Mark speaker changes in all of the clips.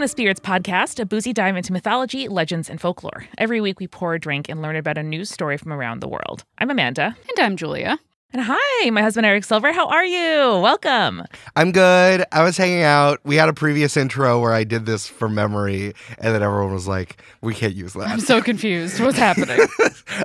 Speaker 1: the Spirits podcast, a boozy dive into mythology, legends, and folklore. Every week we pour a drink and learn about a news story from around the world. I'm Amanda.
Speaker 2: And I'm Julia.
Speaker 1: And hi, my husband Eric Silver. How are you? Welcome.
Speaker 3: I'm good. I was hanging out. We had a previous intro where I did this from memory, and then everyone was like, "We can't use
Speaker 2: I'm
Speaker 3: that."
Speaker 2: so confused. What's happening?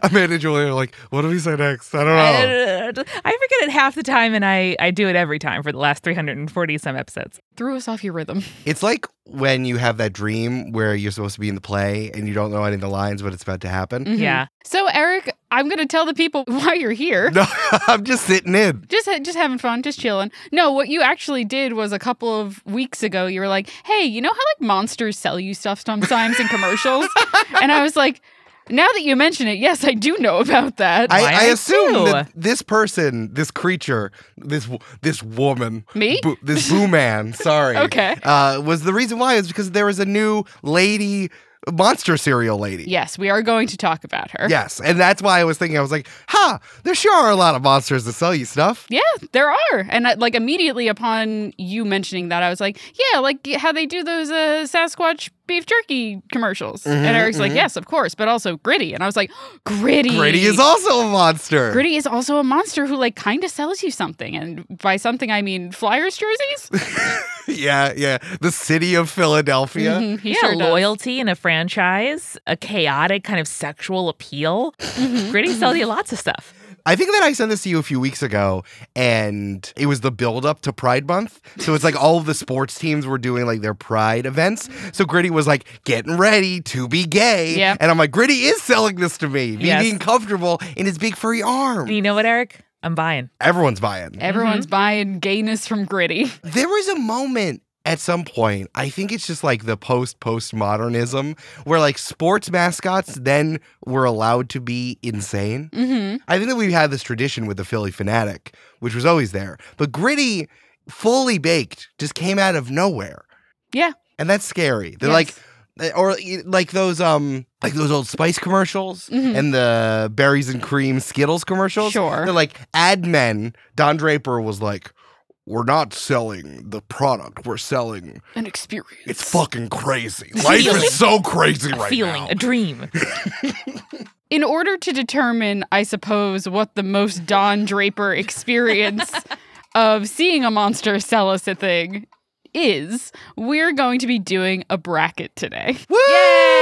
Speaker 3: Amanda and Julia are like, "What do we say next?" I don't
Speaker 1: uh,
Speaker 3: know.
Speaker 1: I forget it half the time, and I, I do it every time for the last 340 some episodes.
Speaker 2: Threw us off your rhythm.
Speaker 3: It's like when you have that dream where you're supposed to be in the play and you don't know any of the lines, but it's about to happen.
Speaker 2: Mhm.
Speaker 1: Yeah.
Speaker 2: So, Eric, I'm going to tell the people why you're here.
Speaker 3: No, I'm just sitting in.
Speaker 2: Just, ha- just having fun, just chilling. No, what you actually did was a couple of weeks ago, you were like, hey, you know how like monsters sell you stuff sometimes in commercials? and I was like, now that you mention it, yes, I do know about that.
Speaker 1: Why
Speaker 3: I, I
Speaker 1: I
Speaker 3: assume
Speaker 1: do.
Speaker 3: that this person, this creature, this wo- this woman,
Speaker 2: Me?
Speaker 3: bo- this boo man, sorry,
Speaker 2: Okay.
Speaker 3: uh, was the reason why is because there was a new lady monster cereal lady.
Speaker 2: yes, we are going to talk about her.
Speaker 3: Yes, and that's why I was thinking. I was like, "Huh, there sure are a lot of monsters that sell you stuff."
Speaker 2: Yeah, there are. And I, like immediately upon you mentioning that, I was like, yeah, like how they do those uh, Sasquatch beef jerky commercials.
Speaker 3: Mm-hmm,
Speaker 2: and Eric's like, yes, of course, but also Gritty. And I was like, Gritty.
Speaker 3: Grady is also a monster.
Speaker 2: Gritty is also a monster who like kind of sells you something. And by something, I mean Flyers jerseys.
Speaker 3: yeah, yeah. The city of Philadelphia.
Speaker 2: Mhm, he
Speaker 1: yeah,
Speaker 2: sure does.
Speaker 1: loyalty in a franchise, a chaotic kind of sexual appeal.
Speaker 2: Mm-hmm.
Speaker 1: Gritty sells you lots of stuff.
Speaker 3: I think that I sent this to you a few weeks ago, and it was the build-up to Pride Month. So it's like all of the sports teams were doing like their Pride events. So Gritty was like getting ready to be gay,
Speaker 2: Yeah.
Speaker 3: and I'm like, Gritty is selling this to me, me
Speaker 1: Yes.
Speaker 3: being comfortable in his big furry arm.
Speaker 1: And you know what, Eric? I'm buying.
Speaker 3: Everyone's buying.
Speaker 2: Everyone's buying gayness from Gritty.
Speaker 3: There was a moment at some point, I think it's just like the post postmodernism, where like sports mascots then were allowed to be insane.
Speaker 2: hmm
Speaker 3: I think that we had this tradition with the Philly Fanatic, which was always there. But Gritty, fully baked, just came out of nowhere.
Speaker 2: Yeah.
Speaker 3: And that's scary. They're
Speaker 2: Yes.
Speaker 3: like, eh, or like those, um, like those old Spice commercials
Speaker 2: Mhm.
Speaker 3: and the berries and cream Skittles commercials.
Speaker 2: Sure.
Speaker 3: They're like ad men. Don Draper was like, we're not selling the product. We're selling.
Speaker 2: An experience.
Speaker 3: It's fucking crazy. Life
Speaker 1: Feeling.
Speaker 3: is so crazy
Speaker 1: A
Speaker 3: right
Speaker 1: feeling,
Speaker 3: now.
Speaker 1: a dream.
Speaker 2: in order to determine, I suppose, what the most Don Draper experience of seeing a monster sell us a thing is, we're going to be doing a bracket today.
Speaker 3: Woo!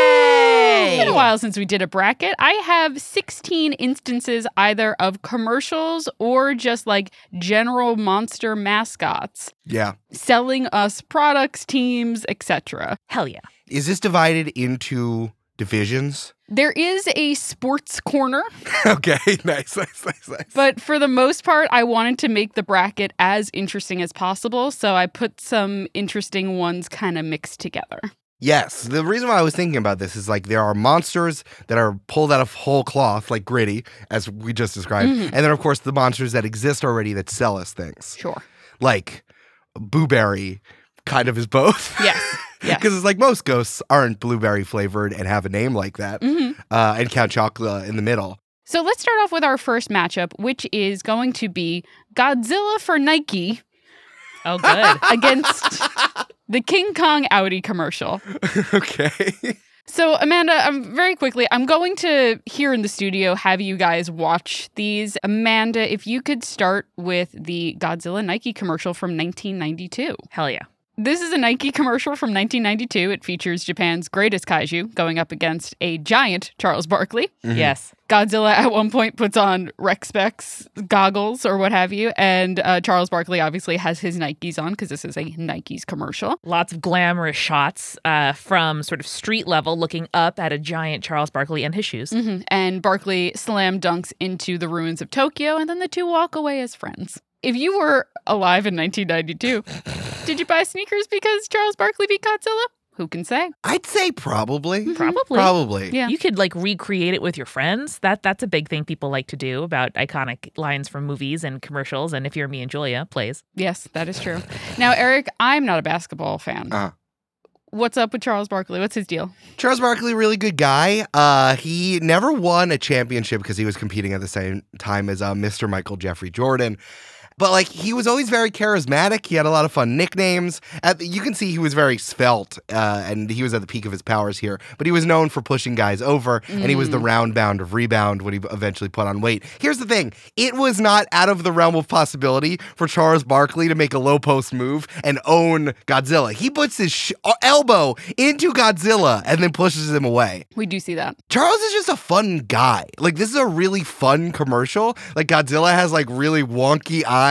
Speaker 2: It's been a while since we did a bracket. I have 16 instances either of commercials or just like general monster mascots
Speaker 3: Yeah.
Speaker 2: selling us products, teams, etc.
Speaker 1: Hell yeah.
Speaker 3: Is this divided into divisions?
Speaker 2: There is a sports corner
Speaker 3: Okay, nice, nice, nice, nice.
Speaker 2: But for the most part, I wanted to make the bracket as interesting as possible. So I put some interesting ones kind of mixed together.
Speaker 3: yes, the reason why I was thinking about this is like there are monsters that are pulled out of whole cloth, like gritty, as we just described,
Speaker 2: Mhm.
Speaker 3: and then of course the monsters that exist already that sell us things,
Speaker 2: Sure.
Speaker 3: like blueberry, kind of is both.
Speaker 2: Yes. Yes.
Speaker 3: Because it's like most ghosts aren't blueberry flavored and have a name like that,
Speaker 2: hmm
Speaker 3: uh, and Count Chocula in the middle.
Speaker 2: So let's start off with our first matchup, which is going to be Godzilla for Nike
Speaker 1: Oh, good.
Speaker 2: against the King Kong Audi commercial.
Speaker 3: okay.
Speaker 2: So, Amanda, I'm very quickly, I'm going to here in the studio have you guys watch these. Amanda, if you could start with the Godzilla Nike commercial from 1992.
Speaker 1: Hell yeah.
Speaker 2: This is a Nike commercial from 1992. It features Japan's greatest kaiju going up against a giant Charles Barkley.
Speaker 3: Mhm.
Speaker 1: Yes.
Speaker 2: Godzilla at one point puts on Rexpex goggles or what have you, and uh, Charles Barkley obviously has his Nikes on because this is a Nikes commercial.
Speaker 1: Lots of glamorous shots uh, from sort of street level looking up at a giant Charles Barkley and his shoes.
Speaker 2: Mhm. And Barkley slam dunks into the ruins of Tokyo, and then the two walk away as friends. If you were alive in 1992, did you buy sneakers because Charles Barkley beat Godzilla? Who can say?
Speaker 3: I'd say probably.
Speaker 1: Probably.
Speaker 3: Probably.
Speaker 2: Yeah.
Speaker 1: You could like recreate it with your friends. That that's a big thing people like to do about iconic lines from movies and commercials. And if you're me and Julia, plays.
Speaker 2: Yes, that is true. Now, Eric, I'm not a basketball fan.
Speaker 3: Uh-huh.
Speaker 2: What's up with Charles Barkley? What's his deal?
Speaker 3: Charles Barkley, really good guy. Uh, he never won a championship because he was competing at the same time as uh, Mr. Michael Jeffrey Jordan. But like he was always very charismatic. He had a lot of fun nicknames. At, you can see he was very svelte, uh, and he was at the peak of his powers here. But he was known for pushing guys over, and he was the round bound of rebound when he eventually put on weight. Here's the thing: it was not out of the realm of possibility for Charles Barkley to make a low post move and own Godzilla. He puts his sh- uh, elbow into Godzilla and then pushes him away.
Speaker 2: We do see that.
Speaker 3: Charles is just a fun guy. Like this is a really fun commercial. Like Godzilla has like really wonky eyes,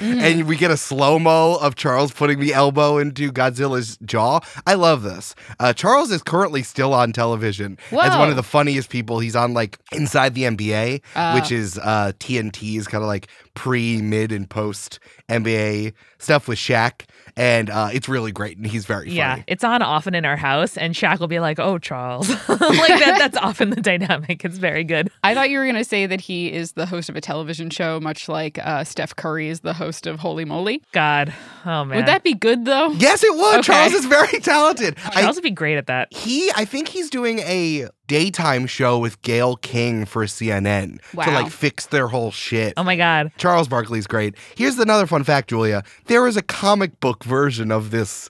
Speaker 3: and we get a slow mo of Charles putting the elbow into Godzilla's jaw. I love this. Uh, Charles is currently still on television as one
Speaker 2: Whoa.
Speaker 3: of the funniest people. He's on like Inside the NBA,
Speaker 2: Ah.
Speaker 3: which is uh, TNT's kind of like pre, mid, and post NBA stuff with Shaq, and uh, it's really great. And he's very funny.
Speaker 1: Yeah, it's on often in our house, and Shaq will be like, "Oh, Charles," like that. That's often the dynamic. It's very good.
Speaker 2: I thought you were going to say that he is the host of a television show, much like uh, Steph Curry is the host of Holy Moly.
Speaker 1: God, oh man,
Speaker 2: Would that be good though?
Speaker 3: Yes, it would.
Speaker 2: Okay.
Speaker 3: Charles is very talented. I-
Speaker 1: Charles would be great at that.
Speaker 3: he i think he's doing a daytime show with gail king for cnn to
Speaker 2: Wow. Um,
Speaker 3: like fix their whole shit
Speaker 1: Oh my God,
Speaker 3: charles barkley's great here's another fun fact julia there is a comic book version of this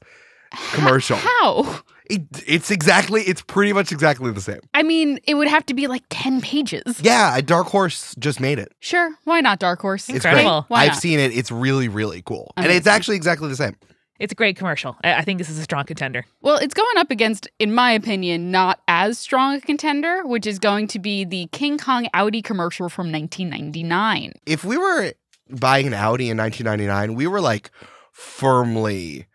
Speaker 3: commercial
Speaker 2: How?
Speaker 3: it, it's exactly it's pretty much exactly the same
Speaker 2: I mean, it would have to be like 10 pages.
Speaker 3: yeah a dark horse just made it
Speaker 2: Sure. Why not Dark Horse?
Speaker 3: it's
Speaker 1: Incredible.
Speaker 3: great
Speaker 2: Why
Speaker 3: i've
Speaker 2: not?
Speaker 3: seen it it's really really cool and it's
Speaker 2: Amazing.
Speaker 3: actually exactly the same
Speaker 1: it's a great commercial. I, I think this is a strong contender.
Speaker 2: Well, it's going up against, in my opinion, not as strong a contender, which is going to be the King Kong Audi commercial from 1999.
Speaker 3: if we were buying an Audi in 1999, we were like firmly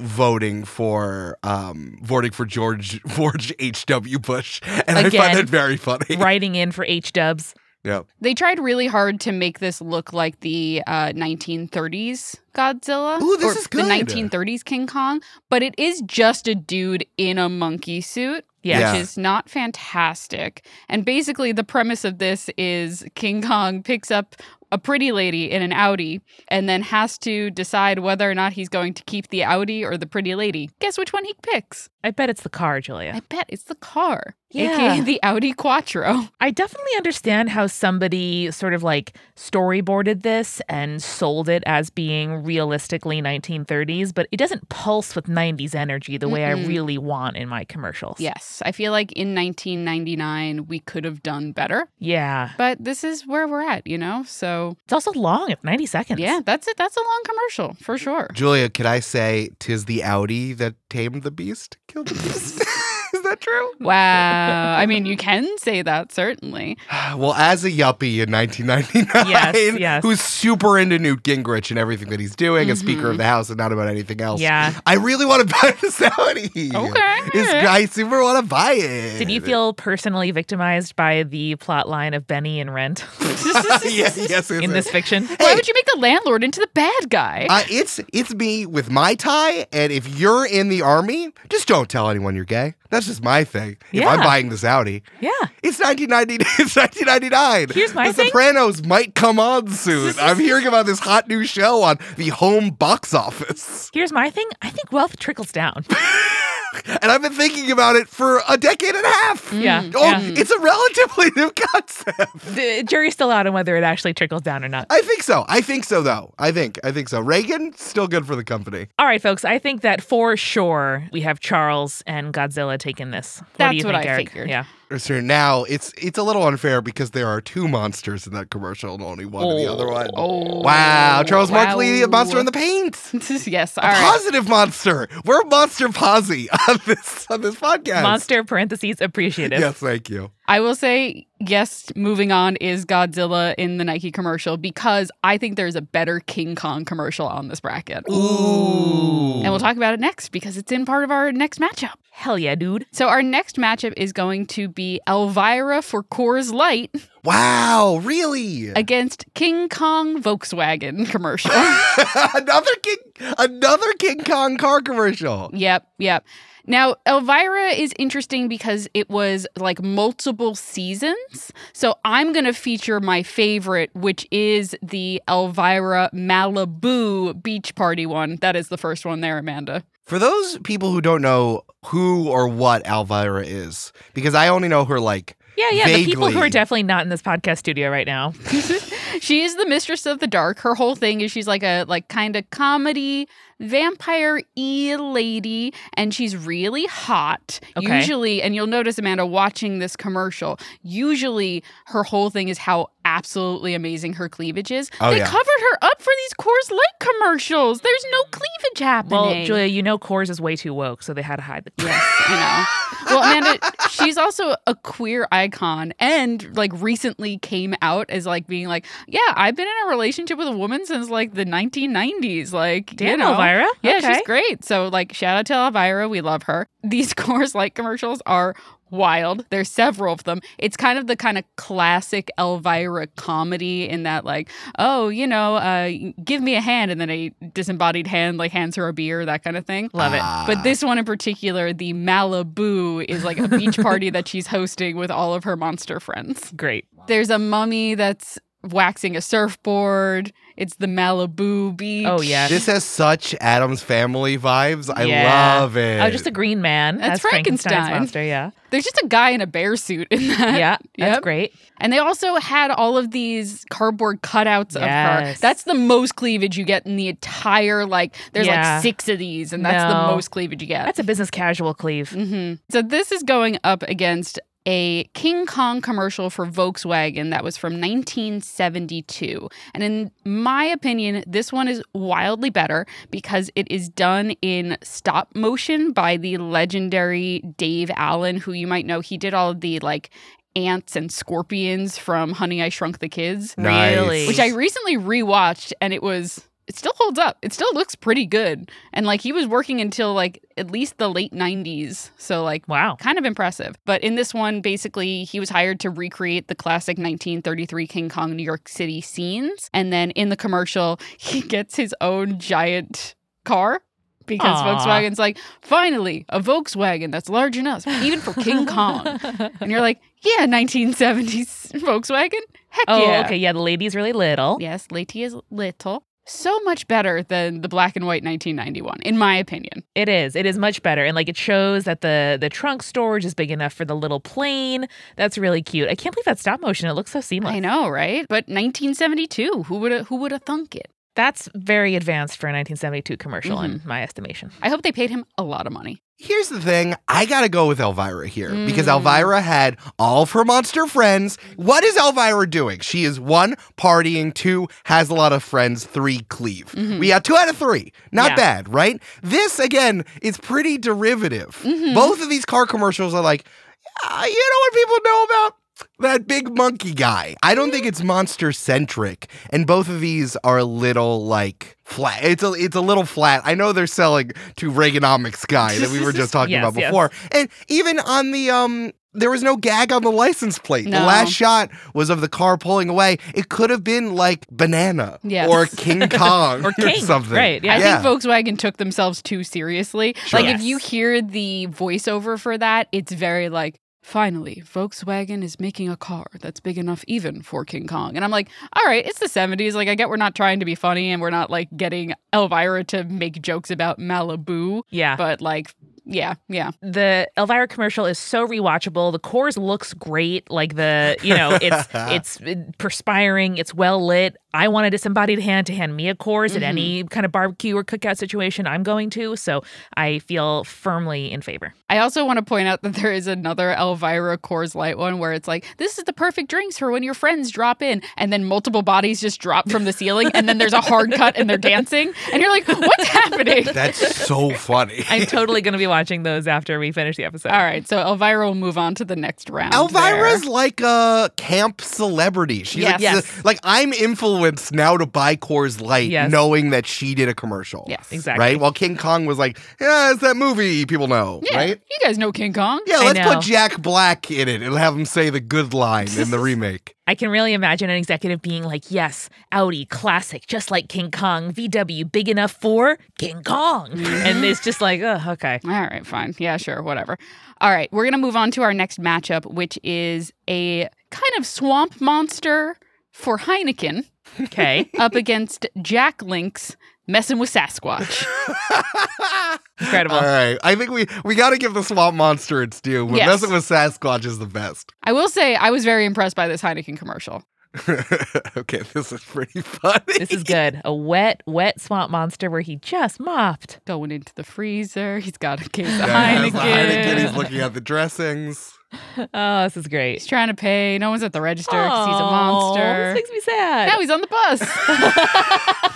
Speaker 3: voting for um voting for George George H.W. Bush and I
Speaker 1: Again.
Speaker 3: find that very funny.
Speaker 1: Writing in for H Dubs.
Speaker 3: Yeah.
Speaker 2: They tried really hard to make this look like the uh, 1930s Godzilla.
Speaker 3: Ooh, this
Speaker 2: or
Speaker 3: is good.
Speaker 2: The 1930s King Kong, but it is just a dude in a monkey suit.
Speaker 1: Yeah.
Speaker 3: Yeah.
Speaker 2: Which is not fantastic. And basically, the premise of this is King Kong picks up a pretty lady in an Audi and then has to decide whether or not he's going to keep the Audi or the pretty lady. Guess which one he picks?
Speaker 1: I bet it's the car, Julia.
Speaker 2: I bet it's the car,
Speaker 1: Yeah.
Speaker 2: aka the Audi Quattro.
Speaker 1: I definitely understand how somebody sort of like storyboarded this and sold it as being realistically 1930s, but it doesn't pulse with 90s energy the way I
Speaker 2: Mm-mm.
Speaker 1: really want in my commercials.
Speaker 2: Yes, I feel like in 1999 we could have done better,
Speaker 1: Yeah.
Speaker 2: but this is where we're at, you know. So
Speaker 1: It's also long at 90 seconds.
Speaker 2: yeah, that's it. That's a long commercial for sure.
Speaker 3: Julia, could I say tis the Audi that tamed the beast, killed the beast? Is that true?
Speaker 2: Wow. I mean, you can say that certainly.
Speaker 3: Well, as a yuppie in 1999,
Speaker 1: Yes, yes.
Speaker 3: who's super into Newt Gingrich and everything that he's doing, as Speaker of the House and not about anything else,
Speaker 1: Mm-hmm. Yeah.
Speaker 3: I really want to buy this Audi.
Speaker 2: Okay.
Speaker 3: This guy super want to buy it.
Speaker 1: Mm. Did you feel personally victimized by the plot line of Benny and Rent
Speaker 3: yeah, yes, yes.
Speaker 1: in this fiction?
Speaker 2: Why would you make the landlord into the bad guy?
Speaker 3: Uh, it's it's me with my tie, and if you're in the army, just don't tell anyone you're gay. That's just my thing. If I'm
Speaker 1: Yeah.
Speaker 3: buying this Audi,
Speaker 1: Yeah.
Speaker 3: it's 1990. It's 1999.
Speaker 1: Here's my
Speaker 3: The
Speaker 1: thing.
Speaker 3: Sopranos might come on soon. I'm hearing about this hot new show on the home box office,
Speaker 1: Here's my thing I think wealth trickles down.
Speaker 3: and I've been thinking about it for a decade and a half.
Speaker 2: Mm.
Speaker 1: Yeah.
Speaker 3: Oh,
Speaker 1: Mm, yeah.
Speaker 3: it's a relatively new concept.
Speaker 1: The jury's still out on whether it actually trickles down or not.
Speaker 3: I think so. I think so, though. I think. I think so. Reagan still good for the company.
Speaker 1: All right, folks. I think that for sure we have Charles and Godzilla taking this. What do
Speaker 2: That's
Speaker 1: you
Speaker 2: what
Speaker 1: think,
Speaker 2: I
Speaker 1: Eric?
Speaker 2: figured.
Speaker 1: Yeah.
Speaker 3: So now it's it's a little unfair because there are two monsters in that commercial and only one in the other one.
Speaker 2: oh.
Speaker 3: Wow, Charles
Speaker 2: Wow.
Speaker 3: Barkley, a monster in the paint.
Speaker 2: yes, all
Speaker 3: A
Speaker 2: right.
Speaker 3: positive monster. We're monster posse on this on this podcast.
Speaker 1: Monster parentheses appreciative.
Speaker 3: Yes, thank you.
Speaker 2: I will say yes. Moving on is Godzilla in the Nike commercial because I think there's a better King Kong commercial on this bracket,
Speaker 3: Ooh.
Speaker 2: and we'll talk about it next because it's in part of our next matchup.
Speaker 1: Hell yeah, dude.
Speaker 2: So our next matchup is going to be Elvira for Coors Light
Speaker 3: Wow, really?
Speaker 2: against King Kong Volkswagen commercial.
Speaker 3: another King another King Kong car commercial.
Speaker 2: Yep, yep. Now, Elvira is interesting because it was like multiple seasons. So I'm going to feature my favorite, which is the Elvira Malibu beach party one. That is the first one there, Amanda.
Speaker 3: For those people who don't know who or what Elvira is, because I only know her like
Speaker 1: Yeah, yeah. The people who
Speaker 3: Vaguely.
Speaker 1: are definitely not in this podcast studio right now.
Speaker 2: she is the mistress of the dark. Her whole thing is she's like a like kind of comedy vampire e lady, and she's really hot.
Speaker 1: Okay.
Speaker 2: Usually, and you'll notice Amanda watching this commercial. Usually, her whole thing is how absolutely amazing her cleavage is.
Speaker 3: Oh,
Speaker 2: they
Speaker 3: yeah.
Speaker 2: covered her up for these Coors Light commercials. There's no cleavage happening.
Speaker 1: Well, Julia, you know Coors is way too woke, so they had to hide the.
Speaker 2: Yes, I know. Well, Amanda, she's also a queer icon and like recently came out as like being like, yeah, I've been in a relationship with a woman since like the 1990s. Like,
Speaker 1: Damn,
Speaker 2: you know.
Speaker 1: Elvira.
Speaker 2: Yeah,
Speaker 1: okay.
Speaker 2: she's great. So, like, shout out to Elvira. We love her. These Coors Light commercials are wild. There's several of them. It's kind of the kind of classic Elvira comedy in that, like, oh, you know, uh, give me a hand, and then a disembodied hand like hands her a beer, that kind of thing.
Speaker 1: Love it.
Speaker 3: Ah.
Speaker 2: But this one in particular, the Malibu, is like a beach party that she's hosting with all of her monster friends.
Speaker 1: Great.
Speaker 2: There's a mummy that's waxing a surfboard. It's the Malibu beach.
Speaker 1: Oh, yeah.
Speaker 3: This has such Adam's family vibes. I
Speaker 1: Yeah.
Speaker 3: love it.
Speaker 1: Oh, just a green man.
Speaker 2: That's
Speaker 1: as Frankenstein's
Speaker 2: Frankenstein.
Speaker 1: monster. Yeah.
Speaker 2: There's just a guy in a bear suit in that.
Speaker 1: Yeah. That's
Speaker 2: Yep.
Speaker 1: great.
Speaker 2: And they also had all of these cardboard cutouts of her.
Speaker 1: Yes.
Speaker 2: That's the most cleavage you get in the entire like there's
Speaker 1: Yeah.
Speaker 2: like 6 of these and that's the
Speaker 1: No.
Speaker 2: most cleavage you get.
Speaker 1: That's a business casual cleave.
Speaker 2: hmm So this is going up against a King Kong commercial for Volkswagen that was from 1972. And in my opinion, this one is wildly better because it is done in stop motion by the legendary Dave Allen, who you might know. He did all of the like ants and scorpions from Honey I Shrunk the Kids,
Speaker 3: Nice.
Speaker 1: Really.
Speaker 2: which I recently rewatched and it was it still holds up. It still looks pretty good. And like he was working until like at least the late 90s. So like
Speaker 1: Wow.
Speaker 2: kind of impressive. But in this one, basically, he was hired to recreate the classic 1933 King Kong New York City scenes. And then in the commercial, he gets his own giant car. Because
Speaker 1: Aw.
Speaker 2: Volkswagen's like, finally, a Volkswagen that's large enough, even for King Kong. and you're like, yeah, 1970s Volkswagen? Heck
Speaker 1: Oh,
Speaker 2: yeah.
Speaker 1: okay. Yeah, the lady's really little.
Speaker 2: Yes, Lady is little. So much better than the black and white 1991, in my opinion.
Speaker 1: It is. It is much better, and like it shows that the the trunk storage is big enough for the little plane. That's really cute. I can't believe that stop motion. It looks so seamless.
Speaker 2: I know, right? But 1972, who would who would have thunk it?
Speaker 1: That's very advanced for a 1972 commercial, in
Speaker 2: Mm-hmm.
Speaker 1: my estimation.
Speaker 2: I hope they paid him a lot of money.
Speaker 3: Here's the thing. I gotta go with Elvira here because
Speaker 2: Mm.
Speaker 3: Elvira had all of her monster friends. What is Elvira doing? She is one partying, two has a lot of friends, three cleave. We got two out of three. Not
Speaker 1: Mm-hmm. Yeah.
Speaker 3: bad, right? This again is pretty derivative.
Speaker 1: Mm-hmm.
Speaker 3: Both of these car commercials are like, "Ah, you know what people know about. That big monkey guy. I don't think it's monster centric, and both of these are a little like flat. It's a it's a little flat. I know they're selling to Reaganomics guy that we were just talking
Speaker 1: Yes,
Speaker 3: about
Speaker 1: yes.
Speaker 3: before, and even on the um. There was no gag on the license plate. The
Speaker 2: No.
Speaker 3: last shot was of the car pulling away. It could have been like Banana
Speaker 2: Yes.
Speaker 3: or King Kong or,
Speaker 1: King,
Speaker 3: something.
Speaker 1: right, yeah.
Speaker 2: I
Speaker 3: yeah.
Speaker 2: think Volkswagen took themselves too seriously.
Speaker 3: Sure.
Speaker 2: Like if
Speaker 1: Yes.
Speaker 2: you hear the voiceover for that, it's very like Finally, Volkswagen is making a car that's big enough even for King Kong. And I'm like, all right, it's the 70s. Like, I get we're not trying to be funny and we're not like getting Elvira to make jokes about Malibu,
Speaker 1: Yeah.
Speaker 2: but like, yeah, yeah.
Speaker 1: the Elvira commercial is so rewatchable. The Coors looks great. Like the, you know, it's it's uh, perspiring. It's well lit. I want a disembodied hand to hand me a Coors at any
Speaker 2: Mm-hmm.
Speaker 1: kind of barbecue or cookout situation I'm going to. So I feel firmly in favor.
Speaker 2: I also want to point out that there is another Elvira Coors Light one where it's like, this is the perfect drinks for when your friends drop in, and then multiple bodies just drop from the ceiling, and then there's a hard cut and they're dancing, and you're like, what's happening?
Speaker 3: That's so funny.
Speaker 1: I'm totally going to be watching those after we finish the episode.
Speaker 2: All right, so Elvira will move on to the next round.
Speaker 3: Elvira's
Speaker 2: there.
Speaker 3: like a camp celebrity. She's like,
Speaker 1: Yes.
Speaker 3: the- like I'm influenced now to buy Coors Light,
Speaker 1: Yes.
Speaker 3: knowing that she did a commercial.
Speaker 2: Yes.
Speaker 1: Exactly.
Speaker 3: Right. While King Kong was like, yeah, it's that movie people know,
Speaker 2: Yeah,
Speaker 3: right?
Speaker 2: You guys know King Kong.
Speaker 3: Yeah,
Speaker 1: I
Speaker 3: let's
Speaker 1: know.
Speaker 3: put Jack Black in it and have him say the good line in the remake.
Speaker 1: I can really imagine an executive being like, yes, Audi, classic, just like King Kong, VW, big enough for King Kong.
Speaker 2: Mm-hmm.
Speaker 1: And it's just like, oh, okay.
Speaker 2: All right, fine. Yeah, sure, whatever. All right, we're going to move on to our next matchup, which is a kind of swamp monster for Heineken
Speaker 1: Okay.
Speaker 2: up against Jack Lynx messing with Sasquatch.
Speaker 1: Incredible.
Speaker 3: All right. I think we we got to give the Swamp Monster its due. But
Speaker 2: Yes.
Speaker 3: messing with Sasquatch is the best.
Speaker 2: I will say I was very impressed by this Heineken commercial.
Speaker 3: okay, this is pretty funny.
Speaker 1: This is good. A wet, wet swamp monster where he just mopped.
Speaker 2: Going into the freezer. He's got a case of
Speaker 3: Yeah, he
Speaker 2: Heineken.
Speaker 3: has the Heineken, He's looking at the dressings.
Speaker 1: Oh, this is great.
Speaker 2: He's trying to pay. No one's at the register because he's a
Speaker 1: Aw,
Speaker 2: monster.
Speaker 1: This makes me sad.
Speaker 2: Now he's on the bus.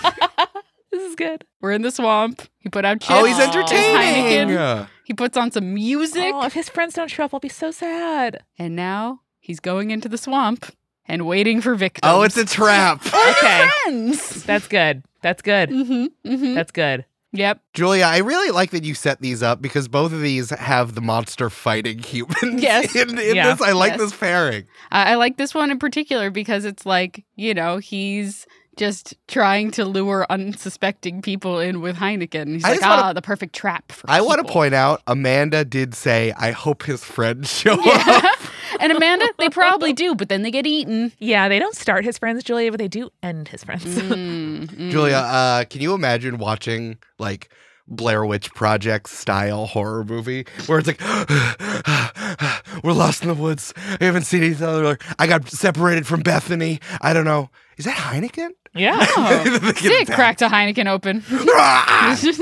Speaker 1: this is good.
Speaker 2: We're in the swamp. He put out chips.
Speaker 3: Oh, he's
Speaker 1: Aw.
Speaker 3: entertaining. Yeah.
Speaker 2: He puts on some music.
Speaker 1: Oh, if his friends don't show up, I'll be so sad.
Speaker 2: And now he's going into the swamp and waiting for victims.
Speaker 3: Oh, it's a trap.
Speaker 1: Okay.
Speaker 2: friends.
Speaker 1: That's good. That's good.
Speaker 2: hmm hmm
Speaker 1: That's good.
Speaker 2: Yep.
Speaker 3: Julia, I really like that you set these up because both of these have the monster fighting humans.
Speaker 2: Yes.
Speaker 3: in, in
Speaker 1: Yeah.
Speaker 3: this, I like
Speaker 2: Yes.
Speaker 3: this pairing.
Speaker 2: I, I like this one in particular because it's like, you know, he's just trying to lure unsuspecting people in with Heineken. He's
Speaker 3: I
Speaker 2: like,
Speaker 3: just wanna-
Speaker 2: ah, the perfect trap for
Speaker 3: I want to
Speaker 2: people."
Speaker 3: point out Amanda did say, I hope his friends show up.
Speaker 2: Yeah. and Amanda, they probably do, but then they get eaten.
Speaker 1: Yeah, they don't start his friends, Julia, but they do end his friends.
Speaker 2: Mm, mm.
Speaker 3: Julia, uh, can you imagine watching like Blair Witch Project style horror movie where it's like, we're lost in the woods. We haven't seen each other. I got separated from Bethany. I don't know. Is that Heineken?
Speaker 1: Yeah.
Speaker 2: Oh,
Speaker 3: They get
Speaker 2: sick.
Speaker 3: attacked.
Speaker 2: Cracked a Heineken open.
Speaker 3: Ah! I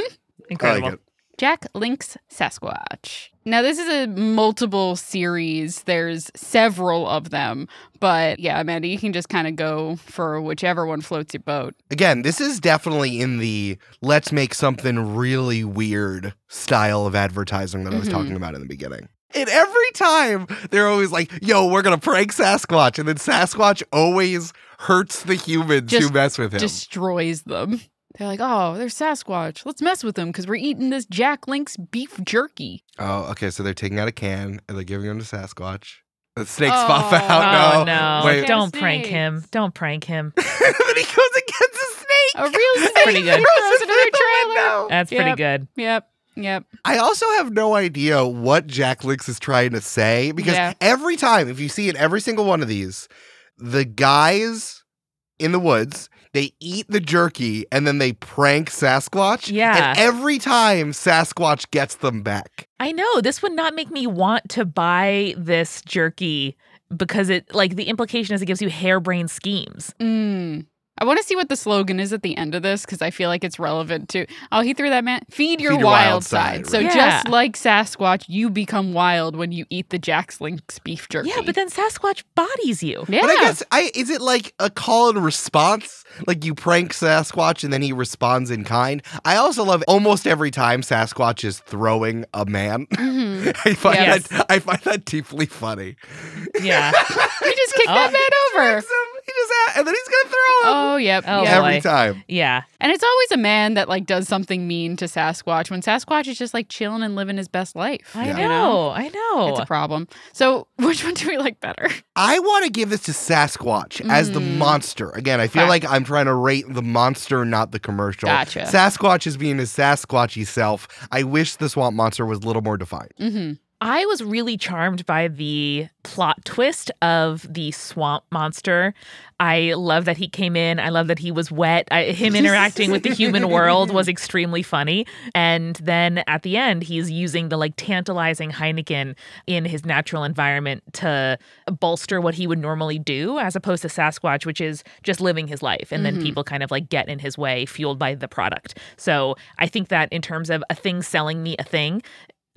Speaker 1: Incredible.
Speaker 3: like it.
Speaker 2: Jack Link's Sasquatch. Now, this is a multiple series. There's several of them, but yeah, Amanda, you can just kind of go for whichever one floats your boat.
Speaker 3: Again, this is definitely in the let's make something really weird style of advertising that I was
Speaker 2: Mhm.
Speaker 3: talking about in the beginning. And every time they're always like, yo, we're going to prank Sasquatch. And then Sasquatch always hurts the humans
Speaker 2: Just-
Speaker 3: who mess with him.
Speaker 2: Destroys them. They're like, oh, they're Sasquatch. Let's mess with them because we're eating this Jack Link's beef jerky.
Speaker 3: oh, okay. So they're taking out a can and they're giving him to Sasquatch. The snakes pop out.
Speaker 1: Oh, no.
Speaker 3: Wait.
Speaker 1: Don't
Speaker 2: Snakes.
Speaker 1: prank him. Don't prank him.
Speaker 3: and then he goes against a snake.
Speaker 2: A real snake.
Speaker 1: pretty good.
Speaker 2: Throws it
Speaker 3: through
Speaker 2: in
Speaker 3: the
Speaker 2: their trailer.
Speaker 3: window.
Speaker 1: That's pretty
Speaker 2: Yep.
Speaker 1: good.
Speaker 2: Yep. Yep.
Speaker 3: I also have no idea what Jack Lix is trying to say because
Speaker 2: Yeah.
Speaker 3: every time, if you see in every single one of these, the guys in the woods, they eat the jerky and then they prank Sasquatch.
Speaker 1: Yeah.
Speaker 3: And every time Sasquatch gets them back.
Speaker 1: I know this would not make me want to buy this jerky because it like the implication is it gives you harebrained schemes.
Speaker 2: Mm. I want to see what the slogan is at the end of this because I feel like it's relevant to. Oh, he threw that man. Feed your, wild, side. So
Speaker 1: right.
Speaker 2: just
Speaker 1: Yeah.
Speaker 2: like Sasquatch, you become wild when you eat the Jack's Link's beef jerky.
Speaker 1: Yeah, but then Sasquatch bodies you.
Speaker 2: yeah.
Speaker 3: But I guess I is it like a call and response? Like you prank Sasquatch and then he responds in kind. I also love almost every time Sasquatch is throwing a man.
Speaker 2: Mhm.
Speaker 3: I find
Speaker 1: Yes.
Speaker 3: that I find that deeply funny.
Speaker 1: Yeah.
Speaker 2: He just kicked that man over.
Speaker 3: He just ha- and then he's gonna throw him
Speaker 2: Oh, yep.
Speaker 1: Oh,
Speaker 2: yep.
Speaker 1: boy.
Speaker 3: every time.
Speaker 1: yeah.
Speaker 2: And it's always a man that like does something mean to Sasquatch when Sasquatch is just like chilling and living his best life.
Speaker 1: I
Speaker 3: Yeah.
Speaker 2: You know?
Speaker 1: know. I know.
Speaker 2: It's a problem. So which one do we like better?
Speaker 3: I want to give this to Sasquatch as the
Speaker 2: Mm.
Speaker 3: monster. Again, I feel
Speaker 2: Okay.
Speaker 3: like I'm trying to rate the monster, not the commercial.
Speaker 2: Gotcha.
Speaker 3: Sasquatch is being his Sasquatchy self. I wish the swamp monster was a little more defined.
Speaker 2: Mm-hmm.
Speaker 1: I was really charmed by the plot twist of the swamp monster. I love that he came in. I love that he was wet. I, him interacting with the human world was extremely funny. And then at the end, he's using the like tantalizing Heineken in his natural environment to bolster what he would normally do, as opposed to Sasquatch, which is just living his life. And
Speaker 2: Mhm.
Speaker 1: then people kind of like get in his way, fueled by the product. So I think that in terms of a thing selling me a thing,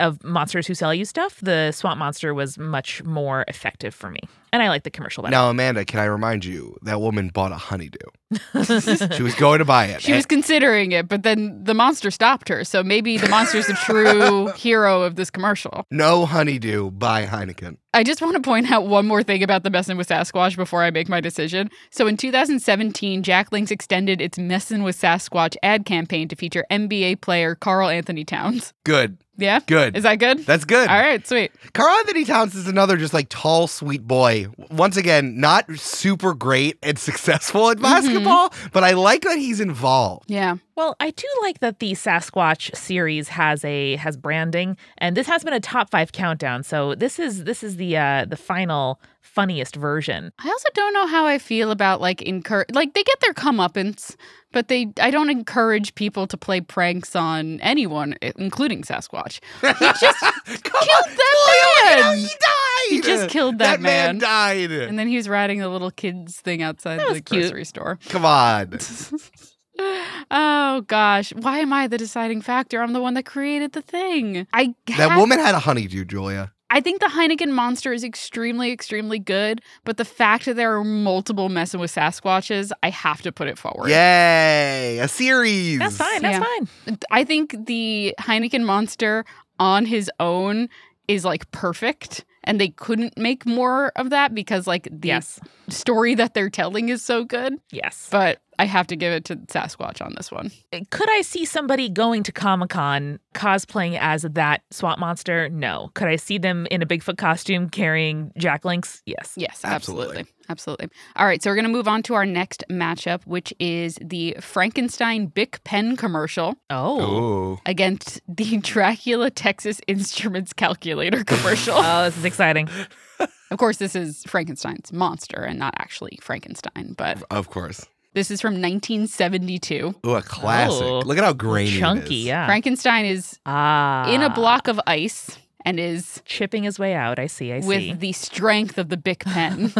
Speaker 1: of monsters who sell you stuff, the swamp monster was much more effective for me. And I like the commercial better.
Speaker 3: Now, Amanda, can I remind you that woman bought a honeydew? she was going to buy it.
Speaker 2: She was considering it, but then the monster stopped her. So maybe the monster's the true hero of this commercial.
Speaker 3: no honeydew by Heineken.
Speaker 2: I just want to point out one more thing about the messin' with Sasquatch before I make my decision. So in 2017, Jack Links extended its messin' with Sasquatch ad campaign to feature NBA player Carl Anthony Towns.
Speaker 3: Good.
Speaker 2: Yeah?
Speaker 3: Good.
Speaker 2: Is that good?
Speaker 3: That's good.
Speaker 2: All right, sweet.
Speaker 3: Carl Anthony Towns is another just like tall, sweet boy. Once again, not super great and successful
Speaker 2: Mm-hmm.
Speaker 3: at basketball, but I like that he's involved.
Speaker 2: Yeah.
Speaker 1: Well, I do like that the Sasquatch series has a has branding, and this has been a top five countdown. So this is this is the uh the final funniest version.
Speaker 2: I also don't know how I feel about like encourage like they get their comeuppance, but they I don't encourage people to play pranks on anyone, i- including Sasquatch.
Speaker 3: He just killed
Speaker 2: Killed that man.
Speaker 3: oh He died.
Speaker 2: He just killed that man.
Speaker 3: died.
Speaker 2: And then he was riding the little kids thing outside
Speaker 1: That
Speaker 2: the
Speaker 1: was cute.
Speaker 2: grocery store.
Speaker 3: Come on.
Speaker 2: oh gosh, why am I the deciding factor? I'm the one that created the thing. I
Speaker 3: That
Speaker 2: had-
Speaker 3: woman had a honeydew, Julia.
Speaker 2: I think the Heineken monster is extremely, extremely good, but the fact that there are multiple messing with Sasquatches, I have to put it forward.
Speaker 3: Yay. A series.
Speaker 1: That's fine. That's
Speaker 2: Yeah.
Speaker 1: fine.
Speaker 2: I think the Heineken monster on his own is like perfect. And they couldn't make more of that because like the
Speaker 1: Yes.
Speaker 2: story that they're telling is so good.
Speaker 1: Yes.
Speaker 2: But I have to give it to Sasquatch on this one.
Speaker 1: Could I see somebody going to Comic Con cosplaying as that swamp monster? No. Could I see them in a Bigfoot costume carrying Jack Links? Yes.
Speaker 2: Yes,
Speaker 3: Absolutely.
Speaker 2: absolutely. Absolutely. All right, so we're going to move on to our next matchup, which is the Frankenstein Bic Pen commercial
Speaker 1: Oh.
Speaker 3: Oh.
Speaker 2: against the Dracula Texas Instruments calculator commercial.
Speaker 1: Oh, this is exciting.
Speaker 2: of course, this is Frankenstein's monster and not actually Frankenstein, but
Speaker 3: Of course.
Speaker 2: this is from 1972.
Speaker 3: Oh, a classic.
Speaker 1: Oh.
Speaker 3: Look at how grainy.
Speaker 1: Chunky,
Speaker 3: It is.
Speaker 1: yeah.
Speaker 2: Frankenstein is
Speaker 1: ah.
Speaker 2: in a block of ice and is
Speaker 1: Chipping his way out. I see. I see.
Speaker 2: with the strength of the Bic Pen,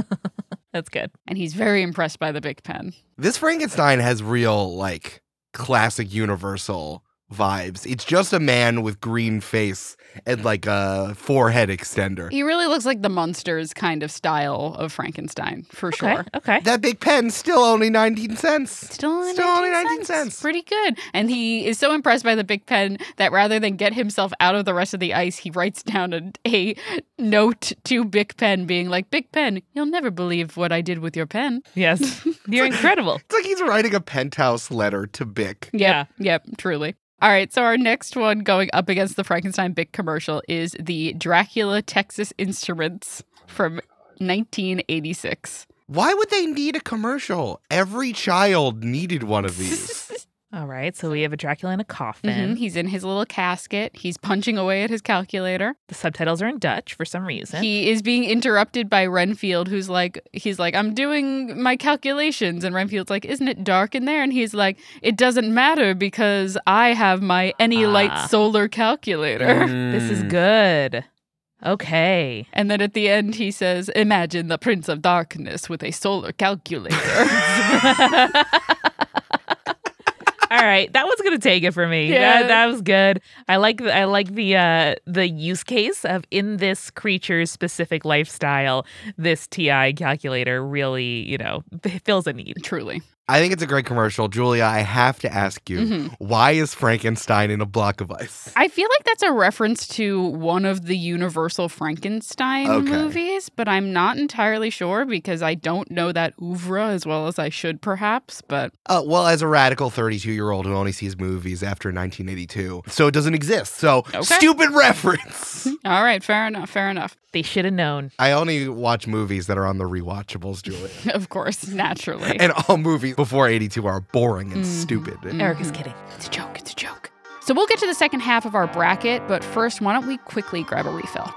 Speaker 1: That's good.
Speaker 2: and he's very impressed by the Bic Pen.
Speaker 3: This Frankenstein has real, like, classic universal vibes. It's just a man with green face and, like, a forehead extender.
Speaker 2: He really looks like the monsters kind of style of Frankenstein, for
Speaker 1: Okay.
Speaker 2: sure.
Speaker 1: Okay.
Speaker 3: That big pen still only 19 cents.
Speaker 2: Still only,
Speaker 3: Still
Speaker 2: 19,
Speaker 3: only 19
Speaker 2: cents.
Speaker 3: cents.
Speaker 2: Pretty good. And he is so impressed by the big pen that rather than get himself out of the rest of the ice, he writes down a, a note to Big Pen being like, Big Pen, you'll never believe what I did with your pen.
Speaker 1: yes. You're incredible.
Speaker 3: It's like he's writing a penthouse letter to Bick.
Speaker 1: Yeah.
Speaker 2: Yep, truly. All right, so our next one going up against the Frankenstein Big commercial is the Dracula Texas Instruments from 1986.
Speaker 3: Why would they need a commercial? Every child needed one of these.
Speaker 1: All right. So we have a Dracula in a coffin.
Speaker 2: Mhm, He's in his little casket. He's punching away at his calculator.
Speaker 1: The subtitles are in Dutch for some reason.
Speaker 2: He is being interrupted by Renfield, who's like, he's like, I'm doing my calculations. And Renfield's like, Isn't it dark in there? And he's like, It doesn't matter because I have my Any Light
Speaker 1: Ah.
Speaker 2: solar
Speaker 3: Mm.
Speaker 2: calculator.
Speaker 1: this is good. Okay.
Speaker 2: And then at the end, he says, Imagine the Prince of Darkness with a solar calculator.
Speaker 1: All right, that one's gonna take it for me.
Speaker 2: Yeah.
Speaker 1: That, that was good. I like the, I like the uh, the use case of in this creature's specific lifestyle. This TI calculator really, you know, fills a need.
Speaker 2: Truly.
Speaker 3: I think it's a great commercial. Julia, I have to ask you
Speaker 1: Mm-hmm.
Speaker 2: Mhm.
Speaker 3: why is Frankenstein in a block of ice?
Speaker 2: I feel like that's a reference to one of the Universal Frankenstein
Speaker 3: Okay.
Speaker 2: movies, but I'm not entirely sure because I don't know that oeuvre as well as I should, perhaps. But
Speaker 3: Uh, well, as a radical 32 year old who only sees movies after 1982, so it doesn't exist. So,
Speaker 2: Okay.
Speaker 3: stupid reference.
Speaker 2: all right, fair enough, fair enough.
Speaker 1: They should have known.
Speaker 3: I only watch movies that are on the rewatchables, Julia.
Speaker 2: Of course, naturally.
Speaker 3: and all movies before 82 are boring and stupid.
Speaker 1: Erica's kidding.
Speaker 2: It's a joke, it's a joke. So we'll get to the second half of our bracket, but first, why don't we quickly grab a refill?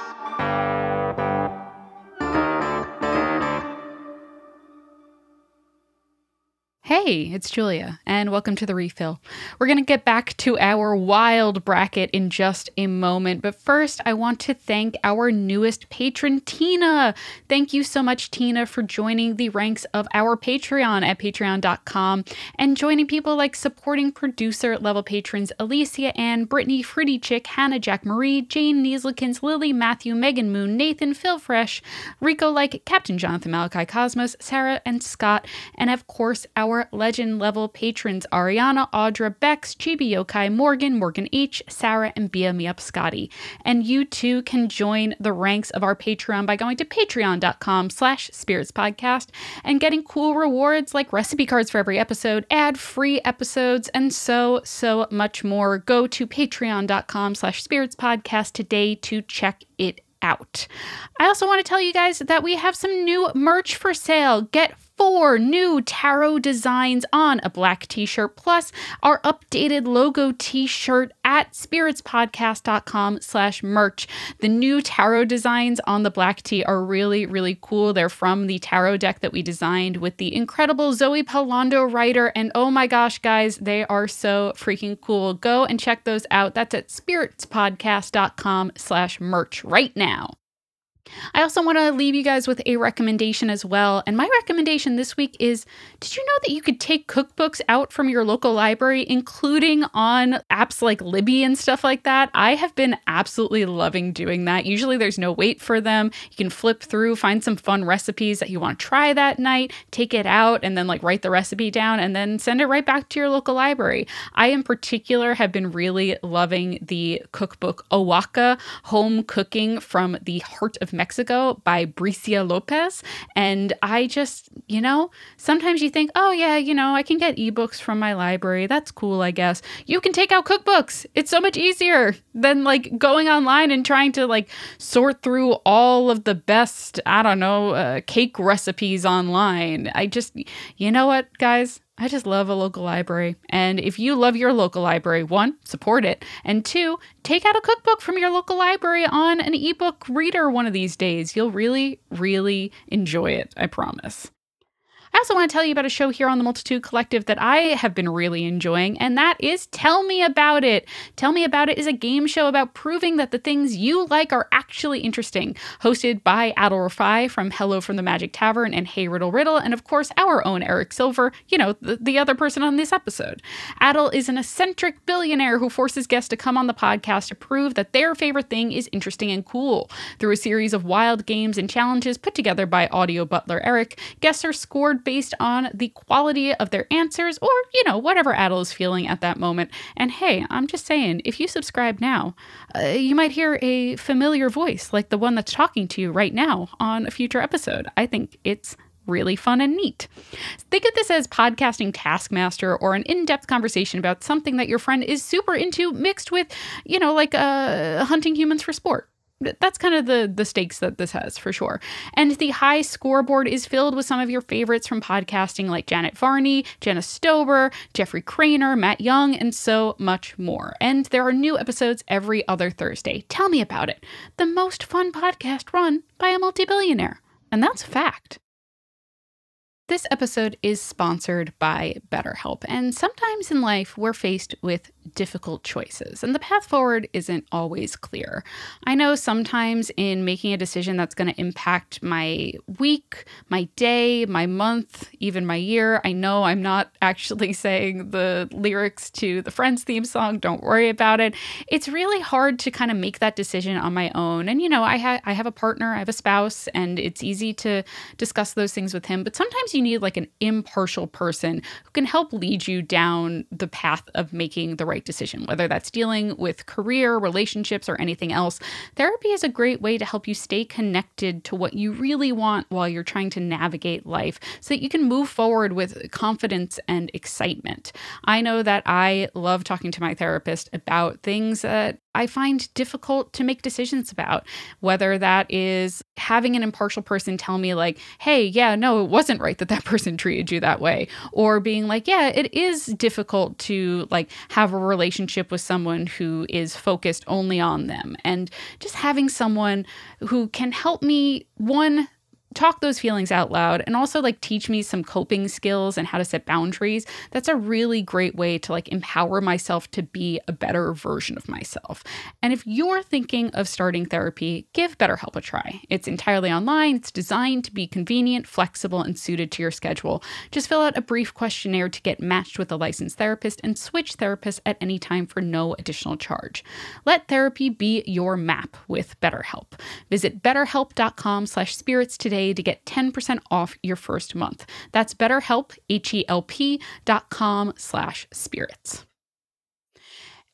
Speaker 2: Hey, it's Julia, and welcome to the refill. We're going to get back to our wild bracket in just a moment, but first, I want to thank our newest patron, Tina. Thank you so much, Tina, for joining the ranks of our Patreon at patreon.com and joining people like supporting producer level patrons Alicia Ann, Brittany Fritty Chick, Hannah Jack Marie, Jane Nieselkins, Lily Matthew, Megan Moon, Nathan Phil Fresh, Rico Like, Captain Jonathan Malachi Cosmos, Sarah and Scott, and of course our legend level patrons Ariana, Audra, Bex, Chibi Yokai, Morgan, Morgan H, Sarah, and Bia Miap Scotty. And you too can join the ranks of our Patreon by going to patreon.com slash spirits podcast and getting cool rewards like recipe cards for every episode, ad-free episodes, and so, so much more. Go to patreon.com slash spirits podcast today to check it out. I also want to tell you guys that we have some new merch for sale. Get four new tarot designs on a black t-shirt plus our updated logo t-shirt at spiritspodcast.com slash merch the new tarot designs on the black tee are really really cool they're from the tarot deck that we designed with the incredible zoe palando writer and oh my gosh guys they are so freaking cool go and check those out that's at spiritspodcast.com slash merch right now I also want to leave you guys with a recommendation as well. And my recommendation this week is Did you know that you could take cookbooks out from your local library, including on apps like Libby and stuff like that? I have been absolutely loving doing that. Usually there's no wait for them. You can flip through, find some fun recipes that you want to try that night, take it out, and then like write the recipe down and then send it right back to your local library. I, in particular, have been really loving the cookbook Oaxaca Home Cooking from the Heart of Mexico by Bricia Lopez. And I just, you know, sometimes you think, oh, yeah, you know, I can get ebooks from my library. That's cool, I guess. You can take out cookbooks. It's so much easier than like going online and trying to like sort through all of the best, I don't know, uh, cake recipes online. I just, you know what, guys? I just love a local library. And if you love your local library, one, support it. And two, take out a cookbook from your local library on an ebook reader one of these days. You'll really, really enjoy it, I promise. I also want to tell you about a show here on the Multitude Collective that I have been really enjoying, and that is Tell Me About It. Tell Me About It is a game show about proving that the things you like are actually interesting, hosted by Adol Rafai from Hello from the Magic Tavern and Hey Riddle Riddle, and of course, our own Eric Silver, you know, the, the other person on this episode. Adol is an eccentric billionaire who forces guests to come on the podcast to prove that their favorite thing is interesting and cool. Through a series of wild games and challenges put together by audio butler Eric, guests are scored based on the quality of their answers or, you know, whatever Adel is feeling at that moment. And hey, I'm just saying, if you subscribe now, uh, you might hear a familiar voice like the one that's talking to you right now on a future episode. I think it's really fun and neat. Think of this as podcasting taskmaster or an in-depth conversation about something that your friend is super into mixed with, you know, like uh, hunting humans for sport that's kind of the the stakes that this has for sure. And the high scoreboard is filled with some of your favorites from podcasting like Janet Varney, Jenna Stober, Jeffrey Craner, Matt Young, and so much more. And there are new episodes every other Thursday. Tell me about it. The most fun podcast run by a multi-billionaire. And that's a fact. This episode is sponsored by BetterHelp, and sometimes in life we're faced with difficult choices, and the path forward isn't always clear. I know sometimes in making a decision that's going to impact my week, my day, my month, even my year, I know I'm not actually saying the lyrics to the Friends theme song, don't worry about it. It's really hard to kind of make that decision on my own. And you know, I ha- I have a partner, I have a spouse, and it's easy to discuss those things with him, but sometimes you need like an impartial person who can help lead you down the path of making the right decision, whether that's dealing with career, relationships, or anything else. Therapy is a great way to help you stay connected to what you really want while you're trying to navigate life so that you can move forward with confidence and excitement. I know that I love talking to my therapist about things that I find difficult to make decisions about, whether that is having an impartial person tell me, like, hey, yeah, no, it wasn't right that that person treated you that way, or being like, yeah, it is difficult to like have a relationship with someone who is focused only on them. And just having someone who can help me, one, talk those feelings out loud and also like teach me some coping skills and how to set boundaries that's a really great way to like empower myself to be a better version of myself and if you're thinking of starting therapy give betterhelp a try it's entirely online it's designed to be convenient flexible and suited to your schedule just fill out a brief questionnaire to get matched with a licensed therapist and switch therapists at any time for no additional charge let therapy be your map with betterhelp visit betterhelp.com slash spirits today to get 10% off your first month. That's betterhelp, H-E-L-P dot com slash spirits.